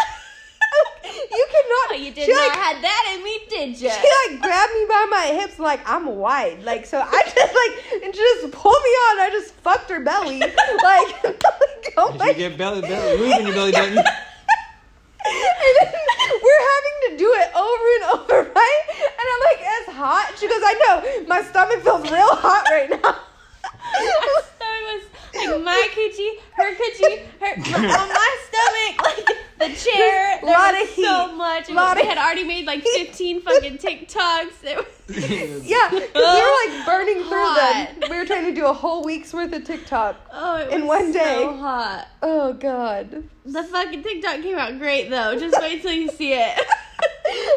S2: you cannot.
S1: Oh, you did
S2: she,
S1: not
S2: like,
S1: had that in me, did you?
S2: She like grabbed me by my hips, like I'm wide, like so I just like and she just pulled me on. I just fucked her belly, like, like, oh my.
S3: You get belly, belly, moving your belly button.
S2: and then we're having to do it over and over, right? And I'm like, it's hot. She goes, I know. My stomach feels real hot right now.
S1: My stomach was like my coochie, her coochie, her my, on my stomach, like the chair. There
S2: Just lot
S1: was
S2: of
S1: so
S2: heat.
S1: much. And
S2: Lot
S1: we
S2: of-
S1: had already made like fifteen fucking TikToks. It was,
S2: yeah, 'cause we were like burning through
S1: Hot.
S2: them. We were trying to do a whole week's worth of TikTok.
S1: oh, it was
S2: In one day.
S1: so hot.
S2: Oh god,
S1: The fucking TikTok came out great though. Just wait till you see it.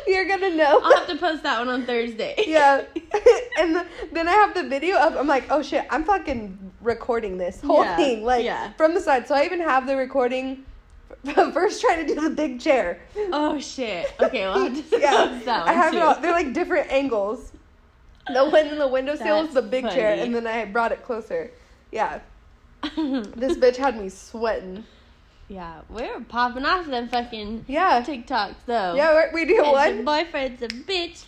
S2: you're gonna know.
S1: I'll have to post that one on Thursday.
S2: Yeah. and the, then I have the video up. I'm like, oh shit, I'm fucking recording this whole
S1: Yeah,
S2: thing. Like,
S1: yeah.
S2: from the side. So I even have the recording from first trying to do the big chair.
S1: Oh shit. Okay, well I'll just
S2: Yeah.
S1: post that one
S2: I have
S1: too.
S2: it all. They're like different angles. The one in the windowsill is
S1: That's
S2: the big chair,
S1: funny.
S2: and then I brought it closer. Yeah. This bitch had me sweating.
S1: yeah, we were popping off them fucking
S2: Yeah.
S1: TikToks though.
S2: Yeah, we we do
S1: And the
S2: one.
S1: boyfriend's a bitch.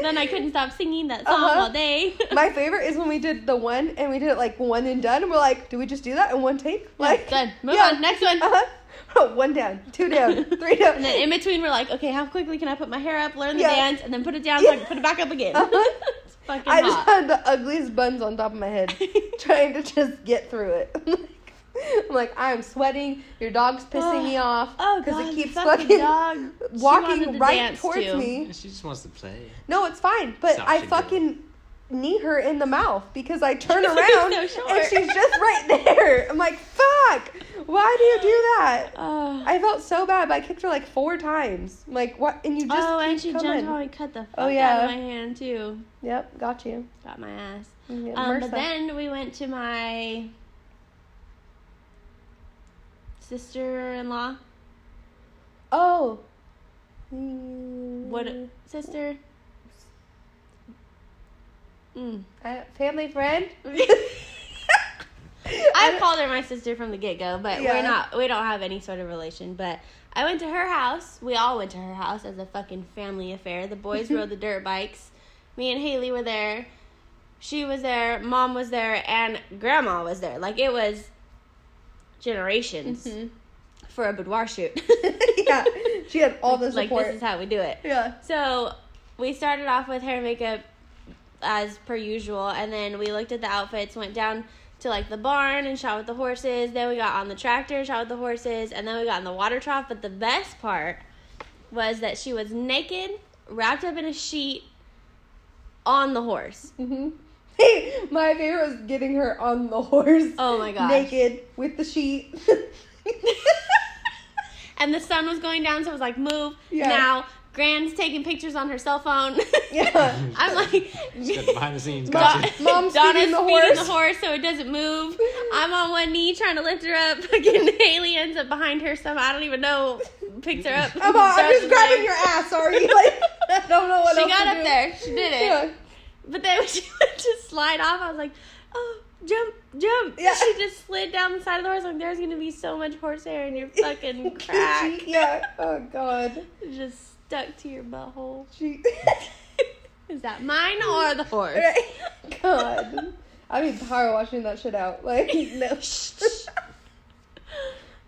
S1: then I couldn't stop singing that song
S2: Uh-huh.
S1: all day.
S2: My favorite is when we did the one and we did it like one and done. And we're like, do we just do that in one take? Like,
S1: Done. Move
S2: yeah.
S1: on. Next one.
S2: Uh-huh. One down, two down, three down.
S1: And then in between, we're like, okay, how quickly can I put my hair up, learn the
S2: Yeah.
S1: dance, and then put it down so I can put it back up again?
S2: Uh-huh.
S1: it's fucking
S2: I just
S1: hot.
S2: had the ugliest buns on top of my head, trying to just get through it. I'm like, I'm sweating. Your dog's pissing me off
S1: Oh,
S2: because
S1: God,
S2: it
S1: the
S2: keeps
S1: fucking
S2: fucking
S1: dog. She wanted
S2: walking
S1: to
S2: right
S1: dance,
S2: towards
S1: too.
S2: me.
S3: She just wants to play.
S2: No, it's fine. But
S3: Stop,
S2: I
S3: she
S2: fucking knee her in the mouth because I turn
S1: She's so
S2: around
S1: short.
S2: and she's just right there. I'm like, fuck! Why do you do that?
S1: Oh,
S2: I felt so bad, but I kicked her like four times. I'm like, what? And you just
S1: oh
S2: keep
S1: and she
S2: coming. Oh,
S1: jumped on and cut the fuck out
S2: yeah.
S1: of my hand, too.
S2: Yep, got you.
S1: Got my ass.
S2: Yeah,
S1: Um, but
S2: Marissa.
S1: then we went to my sister in law.
S2: oh.
S1: What?
S2: Mm,
S1: Sister? Mm.
S2: uh, family friend?
S1: I've called her my sister from the get go, but
S2: Yeah.
S1: we're not we don't have any sort of relation. But I went to her house. We all went to her house as a fucking family affair. The boys rode the dirt bikes. Me and Haley were there. She was there, mom was there, and grandma was there. Like it was generations
S2: Mhm.
S1: for a boudoir shoot.
S2: yeah, she had all the
S1: Hmm. like
S2: support.
S1: this is how we do it.
S2: yeah.
S1: So we started off with hair and makeup as per usual, and then we looked at the outfits, went down to like the barn and shot with the horses. Then we got on the tractor, shot with the horses, and then we got in the water trough. But the best part was that she was naked, wrapped up in a sheet on the horse.
S2: hmm My favorite was getting her on the horse.
S1: Oh my gosh.
S2: Naked with the sheet.
S1: And the sun was going down, so it was like, move
S2: Yeah.
S1: now. Gran's taking pictures on her cell phone.
S2: yeah.
S1: I'm like,
S3: Got the behind the scenes.
S2: Mom-
S3: Gotcha.
S2: Mom's
S1: Donna's
S2: feeding the
S1: feeding
S2: horse.
S1: the horse so it doesn't move. I'm on one knee trying to lift her up. Fucking Haley ends up behind her somehow. I don't even know. Picks her up.
S2: I'm, all- I'm just
S1: Throws her
S2: grabbing
S1: leg.
S2: your ass. Sorry, like I don't know what
S1: She
S2: else
S1: got
S2: to
S1: up
S2: do.
S1: there. She did it.
S2: Yeah.
S1: But then when she went to slide off, I was like, oh, jump, jump.
S2: Yeah.
S1: She just slid down the side of the horse. Like, there's going to be so much horse hair in your fucking
S2: She-
S1: crack.
S2: yeah. Oh god.
S1: just stuck to your butthole.
S2: She.
S1: Is that mine or the horse?
S2: Right. God. I mean, power washing that shit out. Like no. the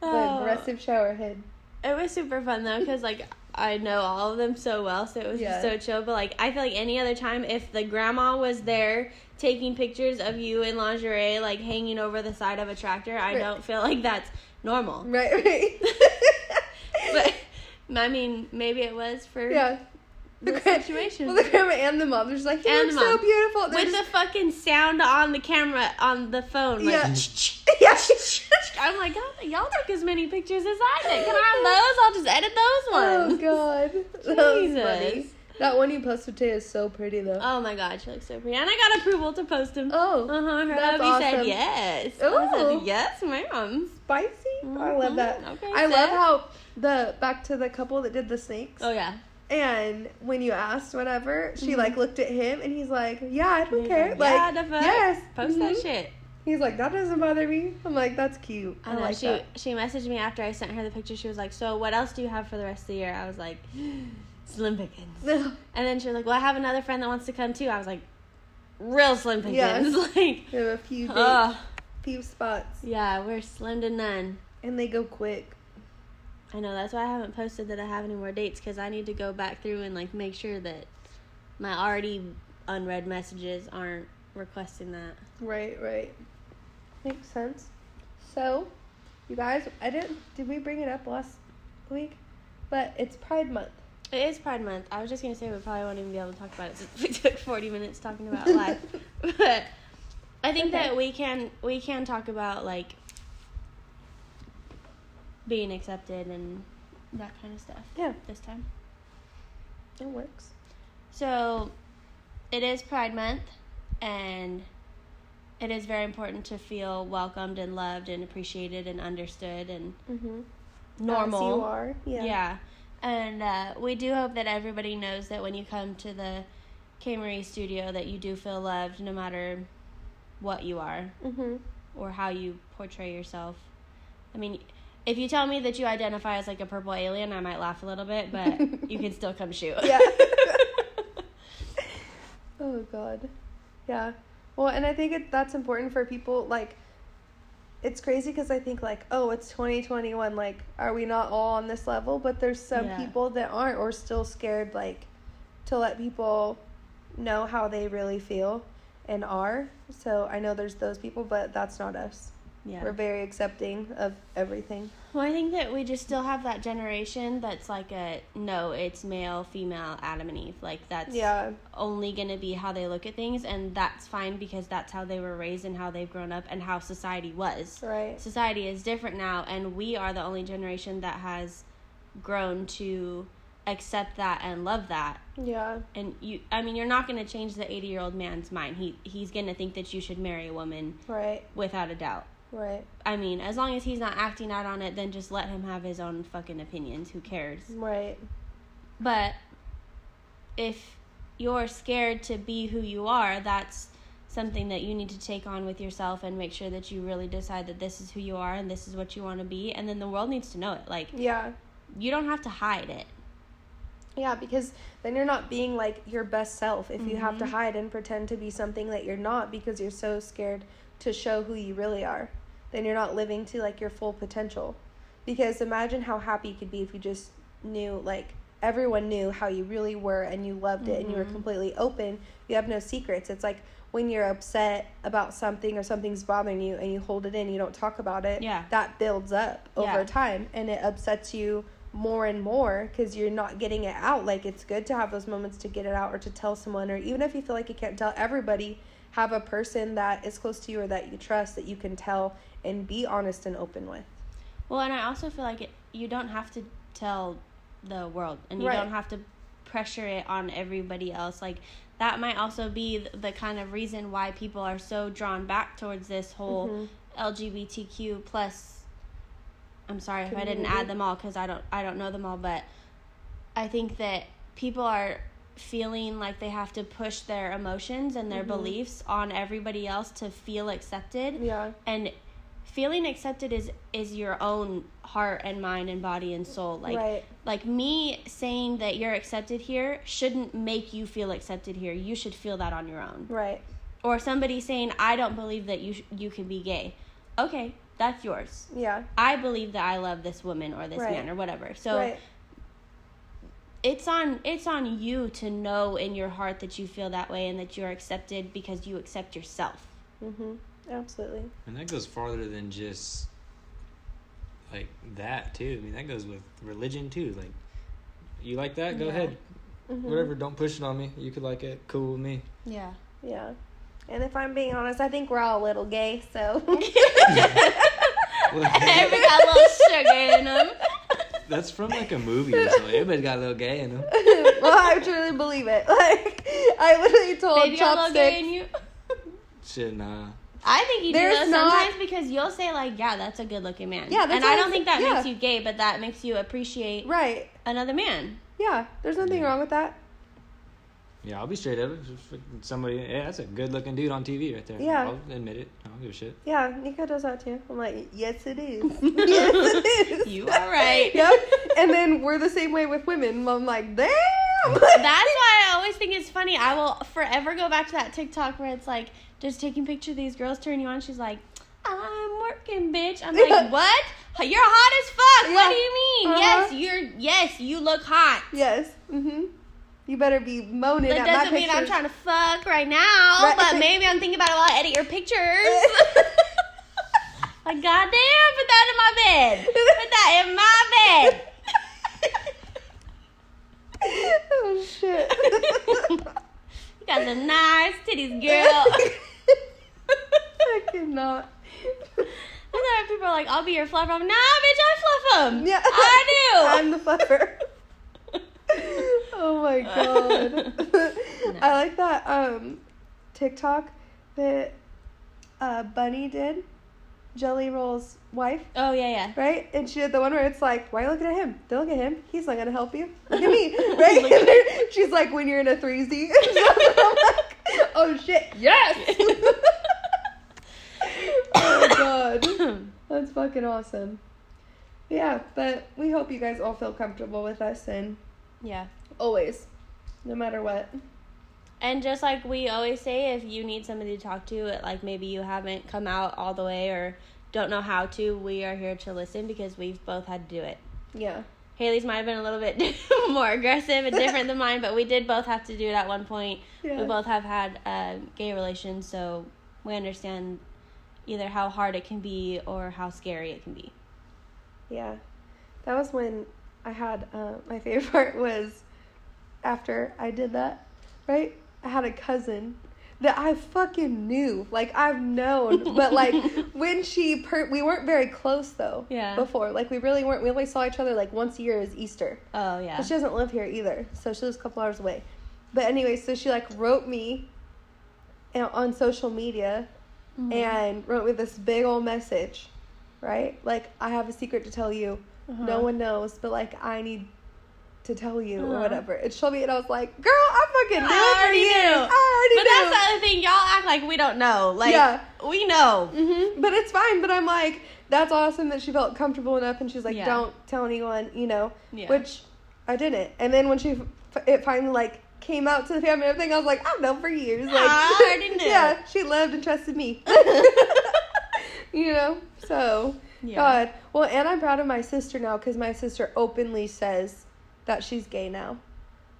S1: Oh.
S2: aggressive shower head.
S1: It was super fun though, because like I know all of them so well, so it was just
S2: Yeah.
S1: so chill. But like I feel like any other time, if the grandma was there taking pictures of you in lingerie, like hanging over the side of a tractor, I
S2: Right.
S1: don't feel like that's normal.
S2: Right. Right.
S1: But I mean, maybe it was for
S2: yeah.
S1: the
S2: gra-
S1: situation.
S2: Well, the grandma and the mom. They're just like, you
S1: And
S2: look
S1: the
S2: so
S1: mom.
S2: beautiful. They're
S1: with
S2: just-
S1: the fucking sound on the camera on the phone. Like,
S2: Yeah. yeah.
S1: I'm like, y'all, y'all took as many pictures as I did. Can I have those? I'll just edit those
S2: Oh
S1: ones.
S2: god. That was funny.
S1: Jesus.
S2: That one you posted today is so pretty though.
S1: Oh my god, she looks so pretty. And I got approval to post them.
S2: oh,
S1: Uh huh. Her
S2: That's
S1: hubby
S2: awesome.
S1: said yes. I
S2: Ooh.
S1: said yes, ma'am.
S2: spicy! Oh, I love that.
S1: Mhm. Okay,
S2: I love
S1: Seth.
S2: how the back to the couple that did the snakes.
S1: Oh yeah.
S2: And when you asked whatever, she like looked at him and he's like, "Yeah, I don't
S1: Yeah.
S2: care." Like,
S1: yeah, the fuck.
S2: yes,
S1: Post that
S2: mhm.
S1: shit.
S2: He's like, "That doesn't bother me." I'm like, "That's cute." I,
S1: I know.
S2: like
S1: she
S2: that.
S1: she messaged me after I sent her the picture. She was like, "So what else do you have for the rest of the year?" I was like, "Slim pickings." And then she was like, "Well, I have another friend that wants to come too." I was like, "Real slim pickings."
S2: Yes.
S1: like,
S2: There were a few big,
S1: oh
S2: few spots,
S1: yeah, we're slim to none.
S2: and they go quick.
S1: I know that's why I haven't posted that I have any more dates because I need to go back through and like make sure that my already unread messages aren't requesting that.
S2: Right, right. Makes sense. So, you guys, I didn't. Did we bring it up last week? But it's Pride Month.
S1: It is Pride Month. I was just gonna say we probably won't even be able to talk about it since we took forty minutes talking about life. but I think
S2: Okay.
S1: that we can we can talk about like being accepted and that kind of stuff
S2: Yeah,
S1: this time.
S2: it works.
S1: So it is Pride Month and it is very important to feel welcomed and loved and appreciated and understood and
S2: Mm-hmm.
S1: normal.
S2: As you are. Yeah.
S1: Yeah. And uh, we do hope that everybody knows that when you come to the K Marie studio that you do feel loved no matter what you are
S2: Mm-hmm.
S1: or how you portray yourself. I mean, if you tell me that you identify as like a purple alien, I might laugh a little bit, but you can still come shoot.
S2: Yeah. Oh God. Yeah. Well, and I think it, that's important for people. Like, it's crazy because I think like, oh, it's twenty twenty one. Like, are we not all on this level? But there's some
S1: Yeah.
S2: people that aren't or still scared like to let people know how they really feel and are. So I know there's those people, but that's not us.
S1: Yeah.
S2: We're very accepting of everything.
S1: Well, I think that we just still have that generation that's like a no, it's male, female, Adam and Eve. Like that's
S2: Yeah.
S1: only going to be how they look at things and that's fine because that's how they were raised and how they've grown up and how society was.
S2: Right.
S1: Society is different now and we are the only generation that has grown to accept that and love that.
S2: Yeah.
S1: And you I mean, you're not going to change the 80-year-old man's mind. He he's going to think that you should marry a woman
S2: Right.
S1: without a doubt.
S2: Right.
S1: I mean, as long as he's not acting out on it, then just let him have his own fucking opinions. Who cares?
S2: Right.
S1: But if you're scared to be who you are, that's something that you need to take on with yourself and make sure that you really decide that this is who you are and this is what you want to be. And then the world needs to know it. Like,
S2: Yeah.
S1: you don't have to hide it.
S2: Yeah, because then you're not being like your best self if you have to hide and pretend to be something that you're not because you're so scared to show who you really are. Then you're not living to like your full potential. Because imagine how happy you could be if you just knew like everyone knew how you really were and you loved it and you were completely open. You have no secrets. It's like when you're upset about something or something's bothering you and you hold it in, you don't talk about it.
S1: Yeah.
S2: That builds up over
S1: Yeah.
S2: time time and it upsets you more and more because you're not getting it out. Like it's good to have those moments to get it out or to tell someone, or even if you feel like you can't tell everybody, have a person that is close to you or that you trust that you can tell and be honest and open with.
S1: Well, and I also feel like it, you don't have to tell the world and you
S2: Right.
S1: don't have to pressure it on everybody else. Like, that might also be th- the kind of reason why people are so drawn back towards this whole LGBTQ plus. I'm sorry if I didn't
S2: Community.
S1: add them all because I don't I don't know them all, but I think that people are feeling like they have to push their emotions and
S2: Mm-hmm.
S1: their beliefs on everybody else to feel accepted
S2: Yeah.
S1: and feeling accepted is is your own heart and mind and body and soul like
S2: Right.
S1: like me saying that you're accepted here shouldn't make you feel accepted here you should feel that on your own
S2: Right.
S1: or somebody saying i don't believe that you sh- you can be gay okay that's yours
S2: Yeah.
S1: i believe that i love this woman or this
S2: Right.
S1: man or whatever so
S2: right.
S1: it's on it's on you to know in your heart that you feel that way and that you're accepted because you accept yourself
S2: Mhm. Absolutely.
S3: And that goes farther than just like that too. I mean, that goes with religion too. Like, you like that? Go
S1: Yeah.
S3: ahead.
S2: Mhm.
S3: Whatever. Don't push it on me. You could like it. Cool with me.
S1: yeah
S2: Yeah. And if I'm being honest, I think we're all a little gay, so
S1: Every got a little sugar in them.
S3: That's from like a movie or something. Everybody's got a little gay in them.
S2: well, I truly believe it. Like I literally told
S1: Baby, got a little gay
S2: Chopstick
S1: in you.
S3: Shit, nah.
S1: I think you
S2: There's
S1: do those
S2: not-
S1: sometimes because you'll say like, "Yeah, that's a good-looking man."
S2: Yeah, that's
S1: and
S2: what
S1: I
S2: I'm
S1: don't think that
S2: saying,
S1: makes
S2: yeah.
S1: you gay, but that makes you appreciate
S2: Right.
S1: another man.
S2: Yeah. There's nothing wrong with that.
S3: Yeah, I'll be straight up. If somebody, yeah, that's a good looking dude on TV right there.
S2: Yeah.
S3: I'll admit it. I don't give a shit.
S2: Yeah, Nico does that too. I'm like, yes, it is. yes, it is.
S1: You are right.
S2: yep. And then we're the same way with women. I'm like, damn.
S1: That's why I always think it's funny. I will forever go back to that TikTok where it's like, "Does taking picture of these girls turn you on?" She's like, "I'm working, bitch." I'm
S2: Yeah.
S1: like, "What? You're hot as fuck.
S2: Yeah.
S1: What do you mean?
S2: Uh-huh.
S1: Yes, you're. Yes, you look hot."
S2: yes. Mm-hmm. You better be moaning
S1: That
S2: at
S1: doesn't
S2: my
S1: mean I'm
S2: pictures.
S1: trying to fuck right now,
S2: Right.
S1: but maybe I'm thinking about it while I edit your pictures. like, goddamn, put that in my bed. Put that in my bed.
S2: oh shit.
S1: You got some nice titties, girl.
S2: I cannot.
S1: I thought people are like, I'll be your fluffer. I'm, nah, bitch, I fluff them.
S2: Yeah.
S1: I
S2: I'm
S1: do.
S2: the fluffer. oh my god. I like that um TikTok that uh Bunny did, Jelly Roll's wife,
S1: oh, yeah, yeah.
S2: right? And she did the one where it's like, Why are you looking at him? Don't look at him. He's not gonna help you. Look at me, right?
S1: Look at
S2: And she's like, When you're in a threesy I'm like, Oh shit, yes Oh god. That's fucking awesome. Yeah, but we hope you guys all feel comfortable with us and
S1: yeah.
S2: always. No matter what.
S1: And just like we always say, if you need somebody to talk to, like maybe you haven't come out all the way or don't know how to, we are here to listen because we've both had to do it.
S2: Yeah.
S1: Haley's might have been a little bit more aggressive and different than mine, but we did both have to do it at one point.
S2: Yeah.
S1: We both have had uh, gay relations, so we understand either how hard it can be or how scary it can be.
S2: Yeah. That was when I had uh, my favorite part was after I did that, right? I had a cousin that I fucking knew. Like I've known, but like when she per we weren't very close though.
S1: Yeah.
S2: Before, like we really weren't. We only saw each other like once a year is Easter.
S1: Oh yeah.
S2: But she doesn't live here either, so she lives a couple hours away. But anyway, so she like wrote me you know, on social media
S1: Mm-hmm.
S2: and wrote me this big old message, right? Like I have a secret to tell you. No one knows, but like I need to tell you or
S1: Uh-huh.
S2: whatever. And she told me, and I was like, "Girl, I fucking knew
S1: I
S2: it for
S1: already
S2: years.
S1: knew.
S2: I
S1: But
S2: already
S1: that's
S2: knew."
S1: the other thing, y'all act like we don't know. Like
S2: Yeah.
S1: we know.
S2: hmm But it's fine. But I'm like, that's awesome that she felt comfortable enough, and she's like,
S1: Yeah.
S2: don't tell anyone, you know.
S1: Yeah.
S2: Which I didn't. And then when she, f- it finally like came out to the family and everything, I was like, I've known for years. Like,
S1: Ah, I already knew.
S2: yeah, she loved and trusted me. you know. So
S1: Yeah.
S2: God. Well, and I'm proud of my sister now because my sister openly says that she's gay now.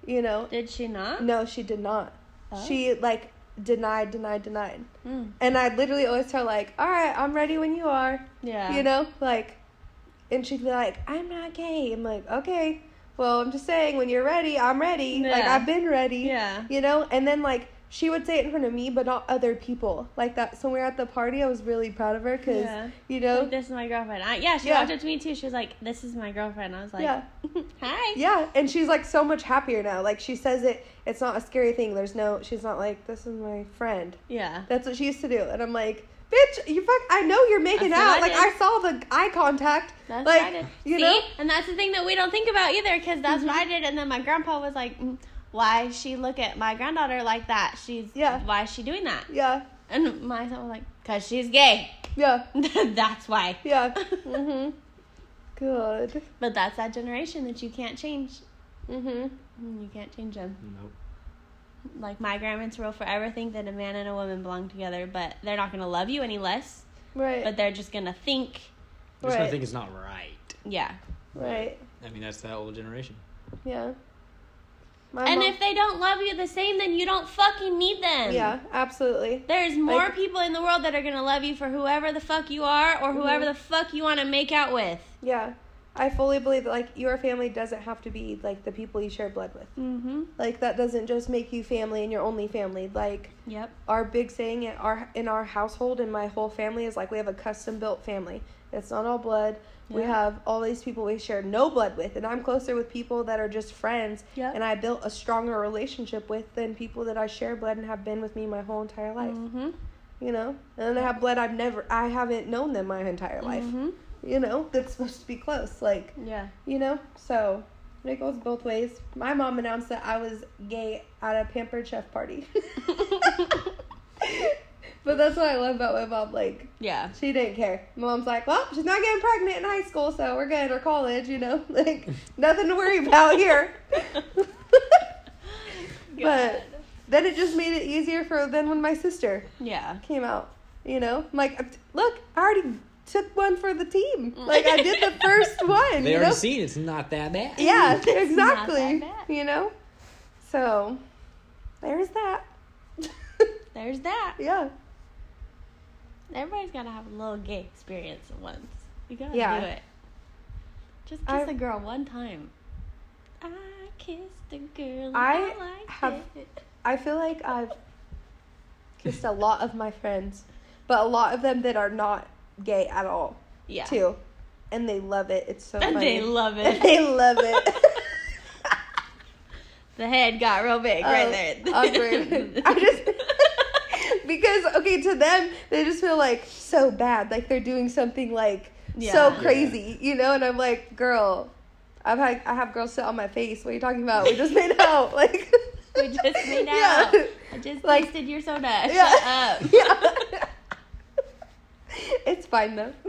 S2: You know.
S1: Did she not?
S2: No, she did not.
S1: Oh.
S2: She like denied, denied, denied.
S1: Mm.
S2: And I literally always tell her, like, all right, I'm ready when you are.
S1: Yeah.
S2: You know, like, and she'd be like, I'm not gay. I'm like, okay, well, I'm just saying, when you're ready, I'm ready. Like,
S1: Yeah.
S2: I've been ready.
S1: Yeah.
S2: You know, and then like she would say it in front of me, but not other people like that. So when we were at the party, I was really proud of her because
S1: Yeah.
S2: you know,
S1: Like, this is my girlfriend. I, yeah, she
S2: Yeah.
S1: walked up to me too. She was like, "This is my girlfriend." I was like,
S2: Yeah.
S1: "Hi."
S2: yeah. And she's like so much happier now. Like she says it, it's not a scary thing. There's no, she's not like this is my friend.
S1: Yeah.
S2: That's what she used to do. And I'm like, bitch, you fuck, I know you're making
S1: That's what
S2: out.
S1: I did.
S2: like, I saw the eye contact.
S1: That's
S2: like,
S1: what I did.
S2: you
S1: See?
S2: know? Mm-hmm.
S1: And that's the thing that we don't think about either because that's what I did. And then my grandpa was like, "Mm, why she look at my granddaughter like that? She's,
S2: Yeah.
S1: why is she doing that?
S2: Yeah,
S1: And my son was like, because she's gay.
S2: yeah,
S1: that's why.
S2: yeah. mm hmm. Good.
S1: But that's that generation that you can't change.
S2: Mm hmm.
S1: Mm, You can't change them.
S3: Nope.
S1: Like my grandparents will forever think that a man and a woman belong together, but they're not going to love you any less.
S2: Right.
S1: But they're just going to think,
S3: Just
S2: Right.
S3: I think it's not right.
S1: yeah.
S2: right.
S3: I mean, that's that old generation.
S2: Yeah. My
S1: and
S2: mom-
S1: if they don't love you the same, then you don't fucking need them.
S2: Yeah, absolutely.
S1: There's more
S2: Like-
S1: people in the world that are gonna love you for whoever the fuck you are or whoever the fuck you wanna make out with.
S2: Yeah. I fully believe that, like, your family doesn't have to be, like, the people you share blood with.
S1: Mm-hmm.
S2: Like, that doesn't just make you family and your only family. Like,
S1: Yep.
S2: our big saying in our in our household and my whole family is like we have a custom built family. It's not all blood. We
S1: Yeah.
S2: have all these people we share no blood with, and I'm closer with people that are just friends.
S1: Yeah.
S2: And I built a stronger relationship with than people that I share blood and have been with me my whole entire life.
S1: Mm-hmm.
S2: You know, and then I have blood I've never I haven't known them my entire life.
S1: Mm-hmm.
S2: You know, that's supposed to be close. Like
S1: Yeah.
S2: you know, so it goes both ways. My mom announced that I was gay at a pampered chef party. but that's what I love about my mom. Like,
S1: Yeah.
S2: she didn't care. My mom's like, well, she's not getting pregnant in high school, so we're good, or college, you know? Like, nothing to worry about here. but then it just made it easier for then when my sister
S1: Yeah.
S2: came out, you know? I'm like, look, I already took one for the team. Like, I did the first one.
S3: They
S2: you
S3: already
S2: know?
S3: seen it's not that bad.
S2: Yeah,
S1: not that
S2: exactly.
S1: bad.
S2: You know? So, there's that.
S1: There's that.
S2: yeah.
S1: Everybody's gotta have a little gay experience once. You gotta
S2: Yeah.
S1: do it. Just kiss
S2: I-
S1: a girl one time. I kissed a girl. and
S2: I
S1: liked
S2: have-
S1: it.
S2: I feel like I've kissed a lot of my friends, but a lot of them that are not gay at all,
S1: yeah.
S2: too. And they love it. It's so
S1: And
S2: funny.
S1: they love
S2: And
S1: it.
S2: they love it.
S1: The head got real big
S2: Oh,
S1: right there.
S2: awkward. I just- because okay, to them they just feel like so bad, like they're doing something like so
S1: Yeah.
S2: crazy, you know. And I'm like, girl, I've had I have girls sit on my face. What are you talking about? We just made out, like
S1: we just made
S2: Yeah.
S1: out. I just
S2: Like-
S1: tasted your soda.
S2: Yeah.
S1: Shut up.
S2: Yeah. it's fine though.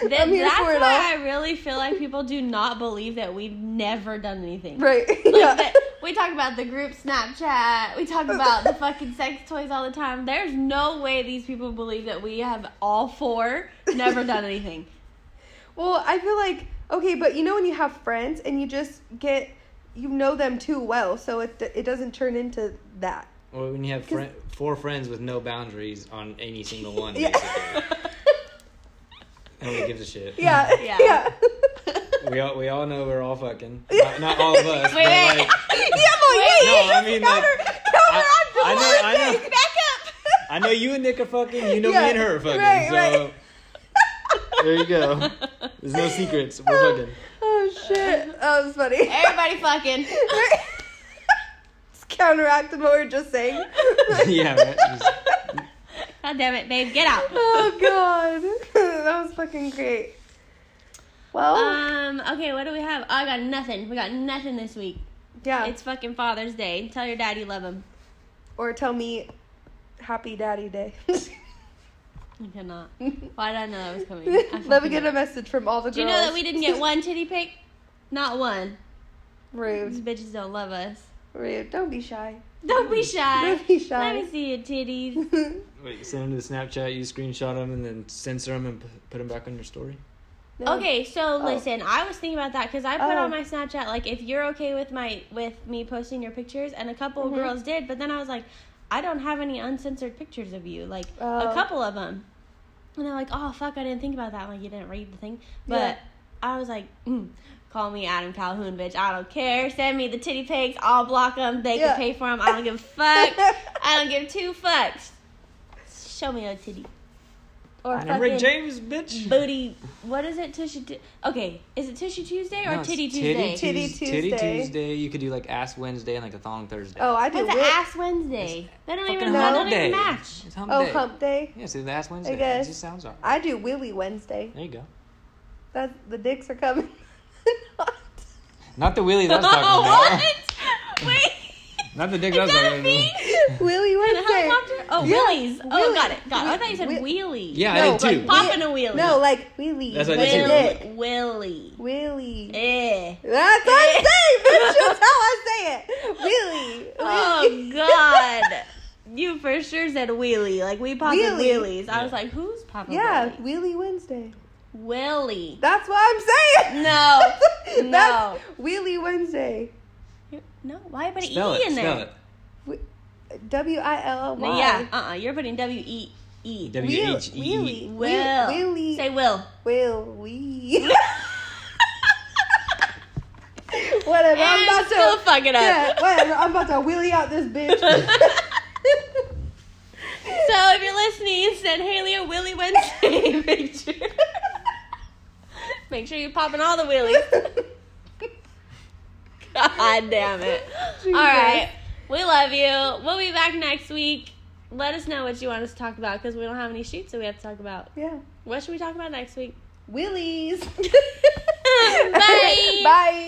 S1: Th-
S2: I'm here
S1: that's
S2: for it all.
S1: why I really feel like people do not believe that we've never done anything.
S2: Right.
S1: Like
S2: yeah.
S1: that- we talk about the group Snapchat. We talk about the fucking sex toys all the time. There's no way these people believe that we have all four never done anything.
S2: Well, I feel like okay, but you know when you have friends and you just get you know them too well, so it it doesn't turn into that.
S3: Or when you have fri four friends with no boundaries on any single one,
S2: Yeah.
S3: basically. Nobody gives a shit.
S2: Yeah.
S1: Yeah.
S2: Yeah.
S3: We all we all know we're all fucking. Not, not all of us,
S1: Wait,
S3: but
S1: wait.
S3: like
S2: yeah, but wait,
S3: No, I mean,
S2: got
S3: like,
S2: her. Got her
S3: I-
S2: on
S3: I know-
S2: board.
S3: I know.
S2: Back up.
S3: I know you and Nick are fucking. You know
S2: Yeah,
S3: me and her are fucking.
S2: right,
S3: so
S2: right.
S3: there you go. There's no secrets. We're fucking.
S2: Oh shit. That was funny.
S1: Everybody fucking.
S2: it's counteracted what we were just saying.
S3: Yeah, right. Just-
S1: God damn it, babe, get out.
S2: oh god. that was fucking great. Well,
S1: Um, okay, what do we have? Oh, I got nothing. We got nothing this week.
S2: yeah.
S1: It's fucking Father's Day. Tell your dad you love him.
S2: or tell me happy daddy day.
S1: I cannot.
S2: Let
S1: Why did I know that was coming? I
S2: me
S1: fucking
S2: get
S1: know.
S2: a message from all the girls.
S1: Do you know that we didn't get one titty pic? Not one. These
S2: Rude.
S1: bitches don't love us.
S2: Rude. Don't be shy.
S1: Don't be shy.
S2: Don't be
S1: Let me
S2: shy.
S1: see your titties.
S3: Wait, you send them to the Snapchat. You screenshot them and then censor them and p- put them back on your story.
S2: No.
S1: Okay, so listen, I was thinking about that because I put
S2: Oh.
S1: on my Snapchat like if you're okay with my with me posting your pictures, and a couple of
S2: Mhm.
S1: girls did, but then I was like, I don't have any uncensored pictures of you, like a
S2: Oh.
S1: couple of them, and they're like, oh fuck, I didn't think about that. I'm like you didn't read the thing, but
S2: Yeah.
S1: I was like, mm, call me Adam Calhoun, bitch. I don't care. Send me the titty pics. I'll block them. They
S2: Yeah.
S1: can pay for them. I don't give a fuck. I don't give two fucks. Show me your titty. Or
S3: I'm Rick
S1: fucking-
S3: James, bitch.
S1: booty. What is it? Tushy. Tu- okay, is it Tushy Tuesday or
S3: No, it's
S1: Titty Tuesday?
S2: Tu- Titty
S3: Tues- Titty
S2: Tuesday.
S3: Tuesday. You could do like ass Wednesday and like a thong Thursday.
S2: Oh, I do.
S1: What's an
S2: whip.
S1: ass Wednesday? They don't even.
S3: fucking
S1: They
S2: hump
S1: don't even
S3: day.
S1: match.
S3: It's hump
S2: Oh,
S3: day.
S2: hump day.
S3: Yeah, so the ass Wednesday.
S2: guess.
S3: It just sounds alright.
S2: I do Willy Wednesday.
S3: There you go.
S2: That the dicks are coming.
S3: Not the wheelie that's
S1: Oh,
S3: talking about.
S1: what? Wait.
S3: Not the dick
S1: Is
S3: that's
S1: that
S3: talking
S1: a
S3: about.
S1: bee?
S2: Willy
S1: In a
S2: Wednesday.
S1: helicopter? Oh,
S2: Yeah,
S1: wheelies. Oh,
S2: wheelie.
S1: got it. Got it. I thought you said
S2: Whe-
S1: wheelie.
S3: Yeah, I
S2: No,
S3: did too.
S2: like-
S1: Popping a wheelie.
S2: No, like Willy.
S3: That's what I did
S2: Willy.
S1: Willy. Willy.
S2: Willy.
S1: Eh.
S2: That's how I say it, bitch. That's how I say it. Willy.
S1: Oh God. You for sure said wheelie. Like we popping
S2: Wheelie.
S1: wheelies. I was like, who's popping?
S2: yeah,
S1: wheelie?
S2: Willy Wednesday.
S1: Willie.
S2: That's what I'm saying.
S1: No.
S2: That's Wheelie Wednesday.
S1: You're- No, why put an
S3: Spell
S1: E
S3: it.
S1: in
S3: Spell
S1: there?
S3: it.
S2: W I L L
S1: No,
S2: Y.
S1: yeah, uh uh-uh, uh. you are putting W E E.
S3: W
S2: Wheel-
S3: H E E.
S2: wheelie.
S1: Will.
S2: Wheelie.
S1: Say will.
S2: Will we? Whatever. I'm
S1: And
S2: about
S1: still
S2: to.
S1: fuck it up.
S2: Yeah, whatever. I'm about to wheelie out this bitch.
S1: So if you're listening, send Haley a Willy Wednesday picture. Make sure you're popping all the wheelies. God damn it. All right. We love you. We'll be back next week. Let us know what you want us to talk about because we don't have any sheets that we have to talk about.
S2: Yeah.
S1: What should we talk about next week?
S2: Willies.
S1: Bye.
S2: Bye.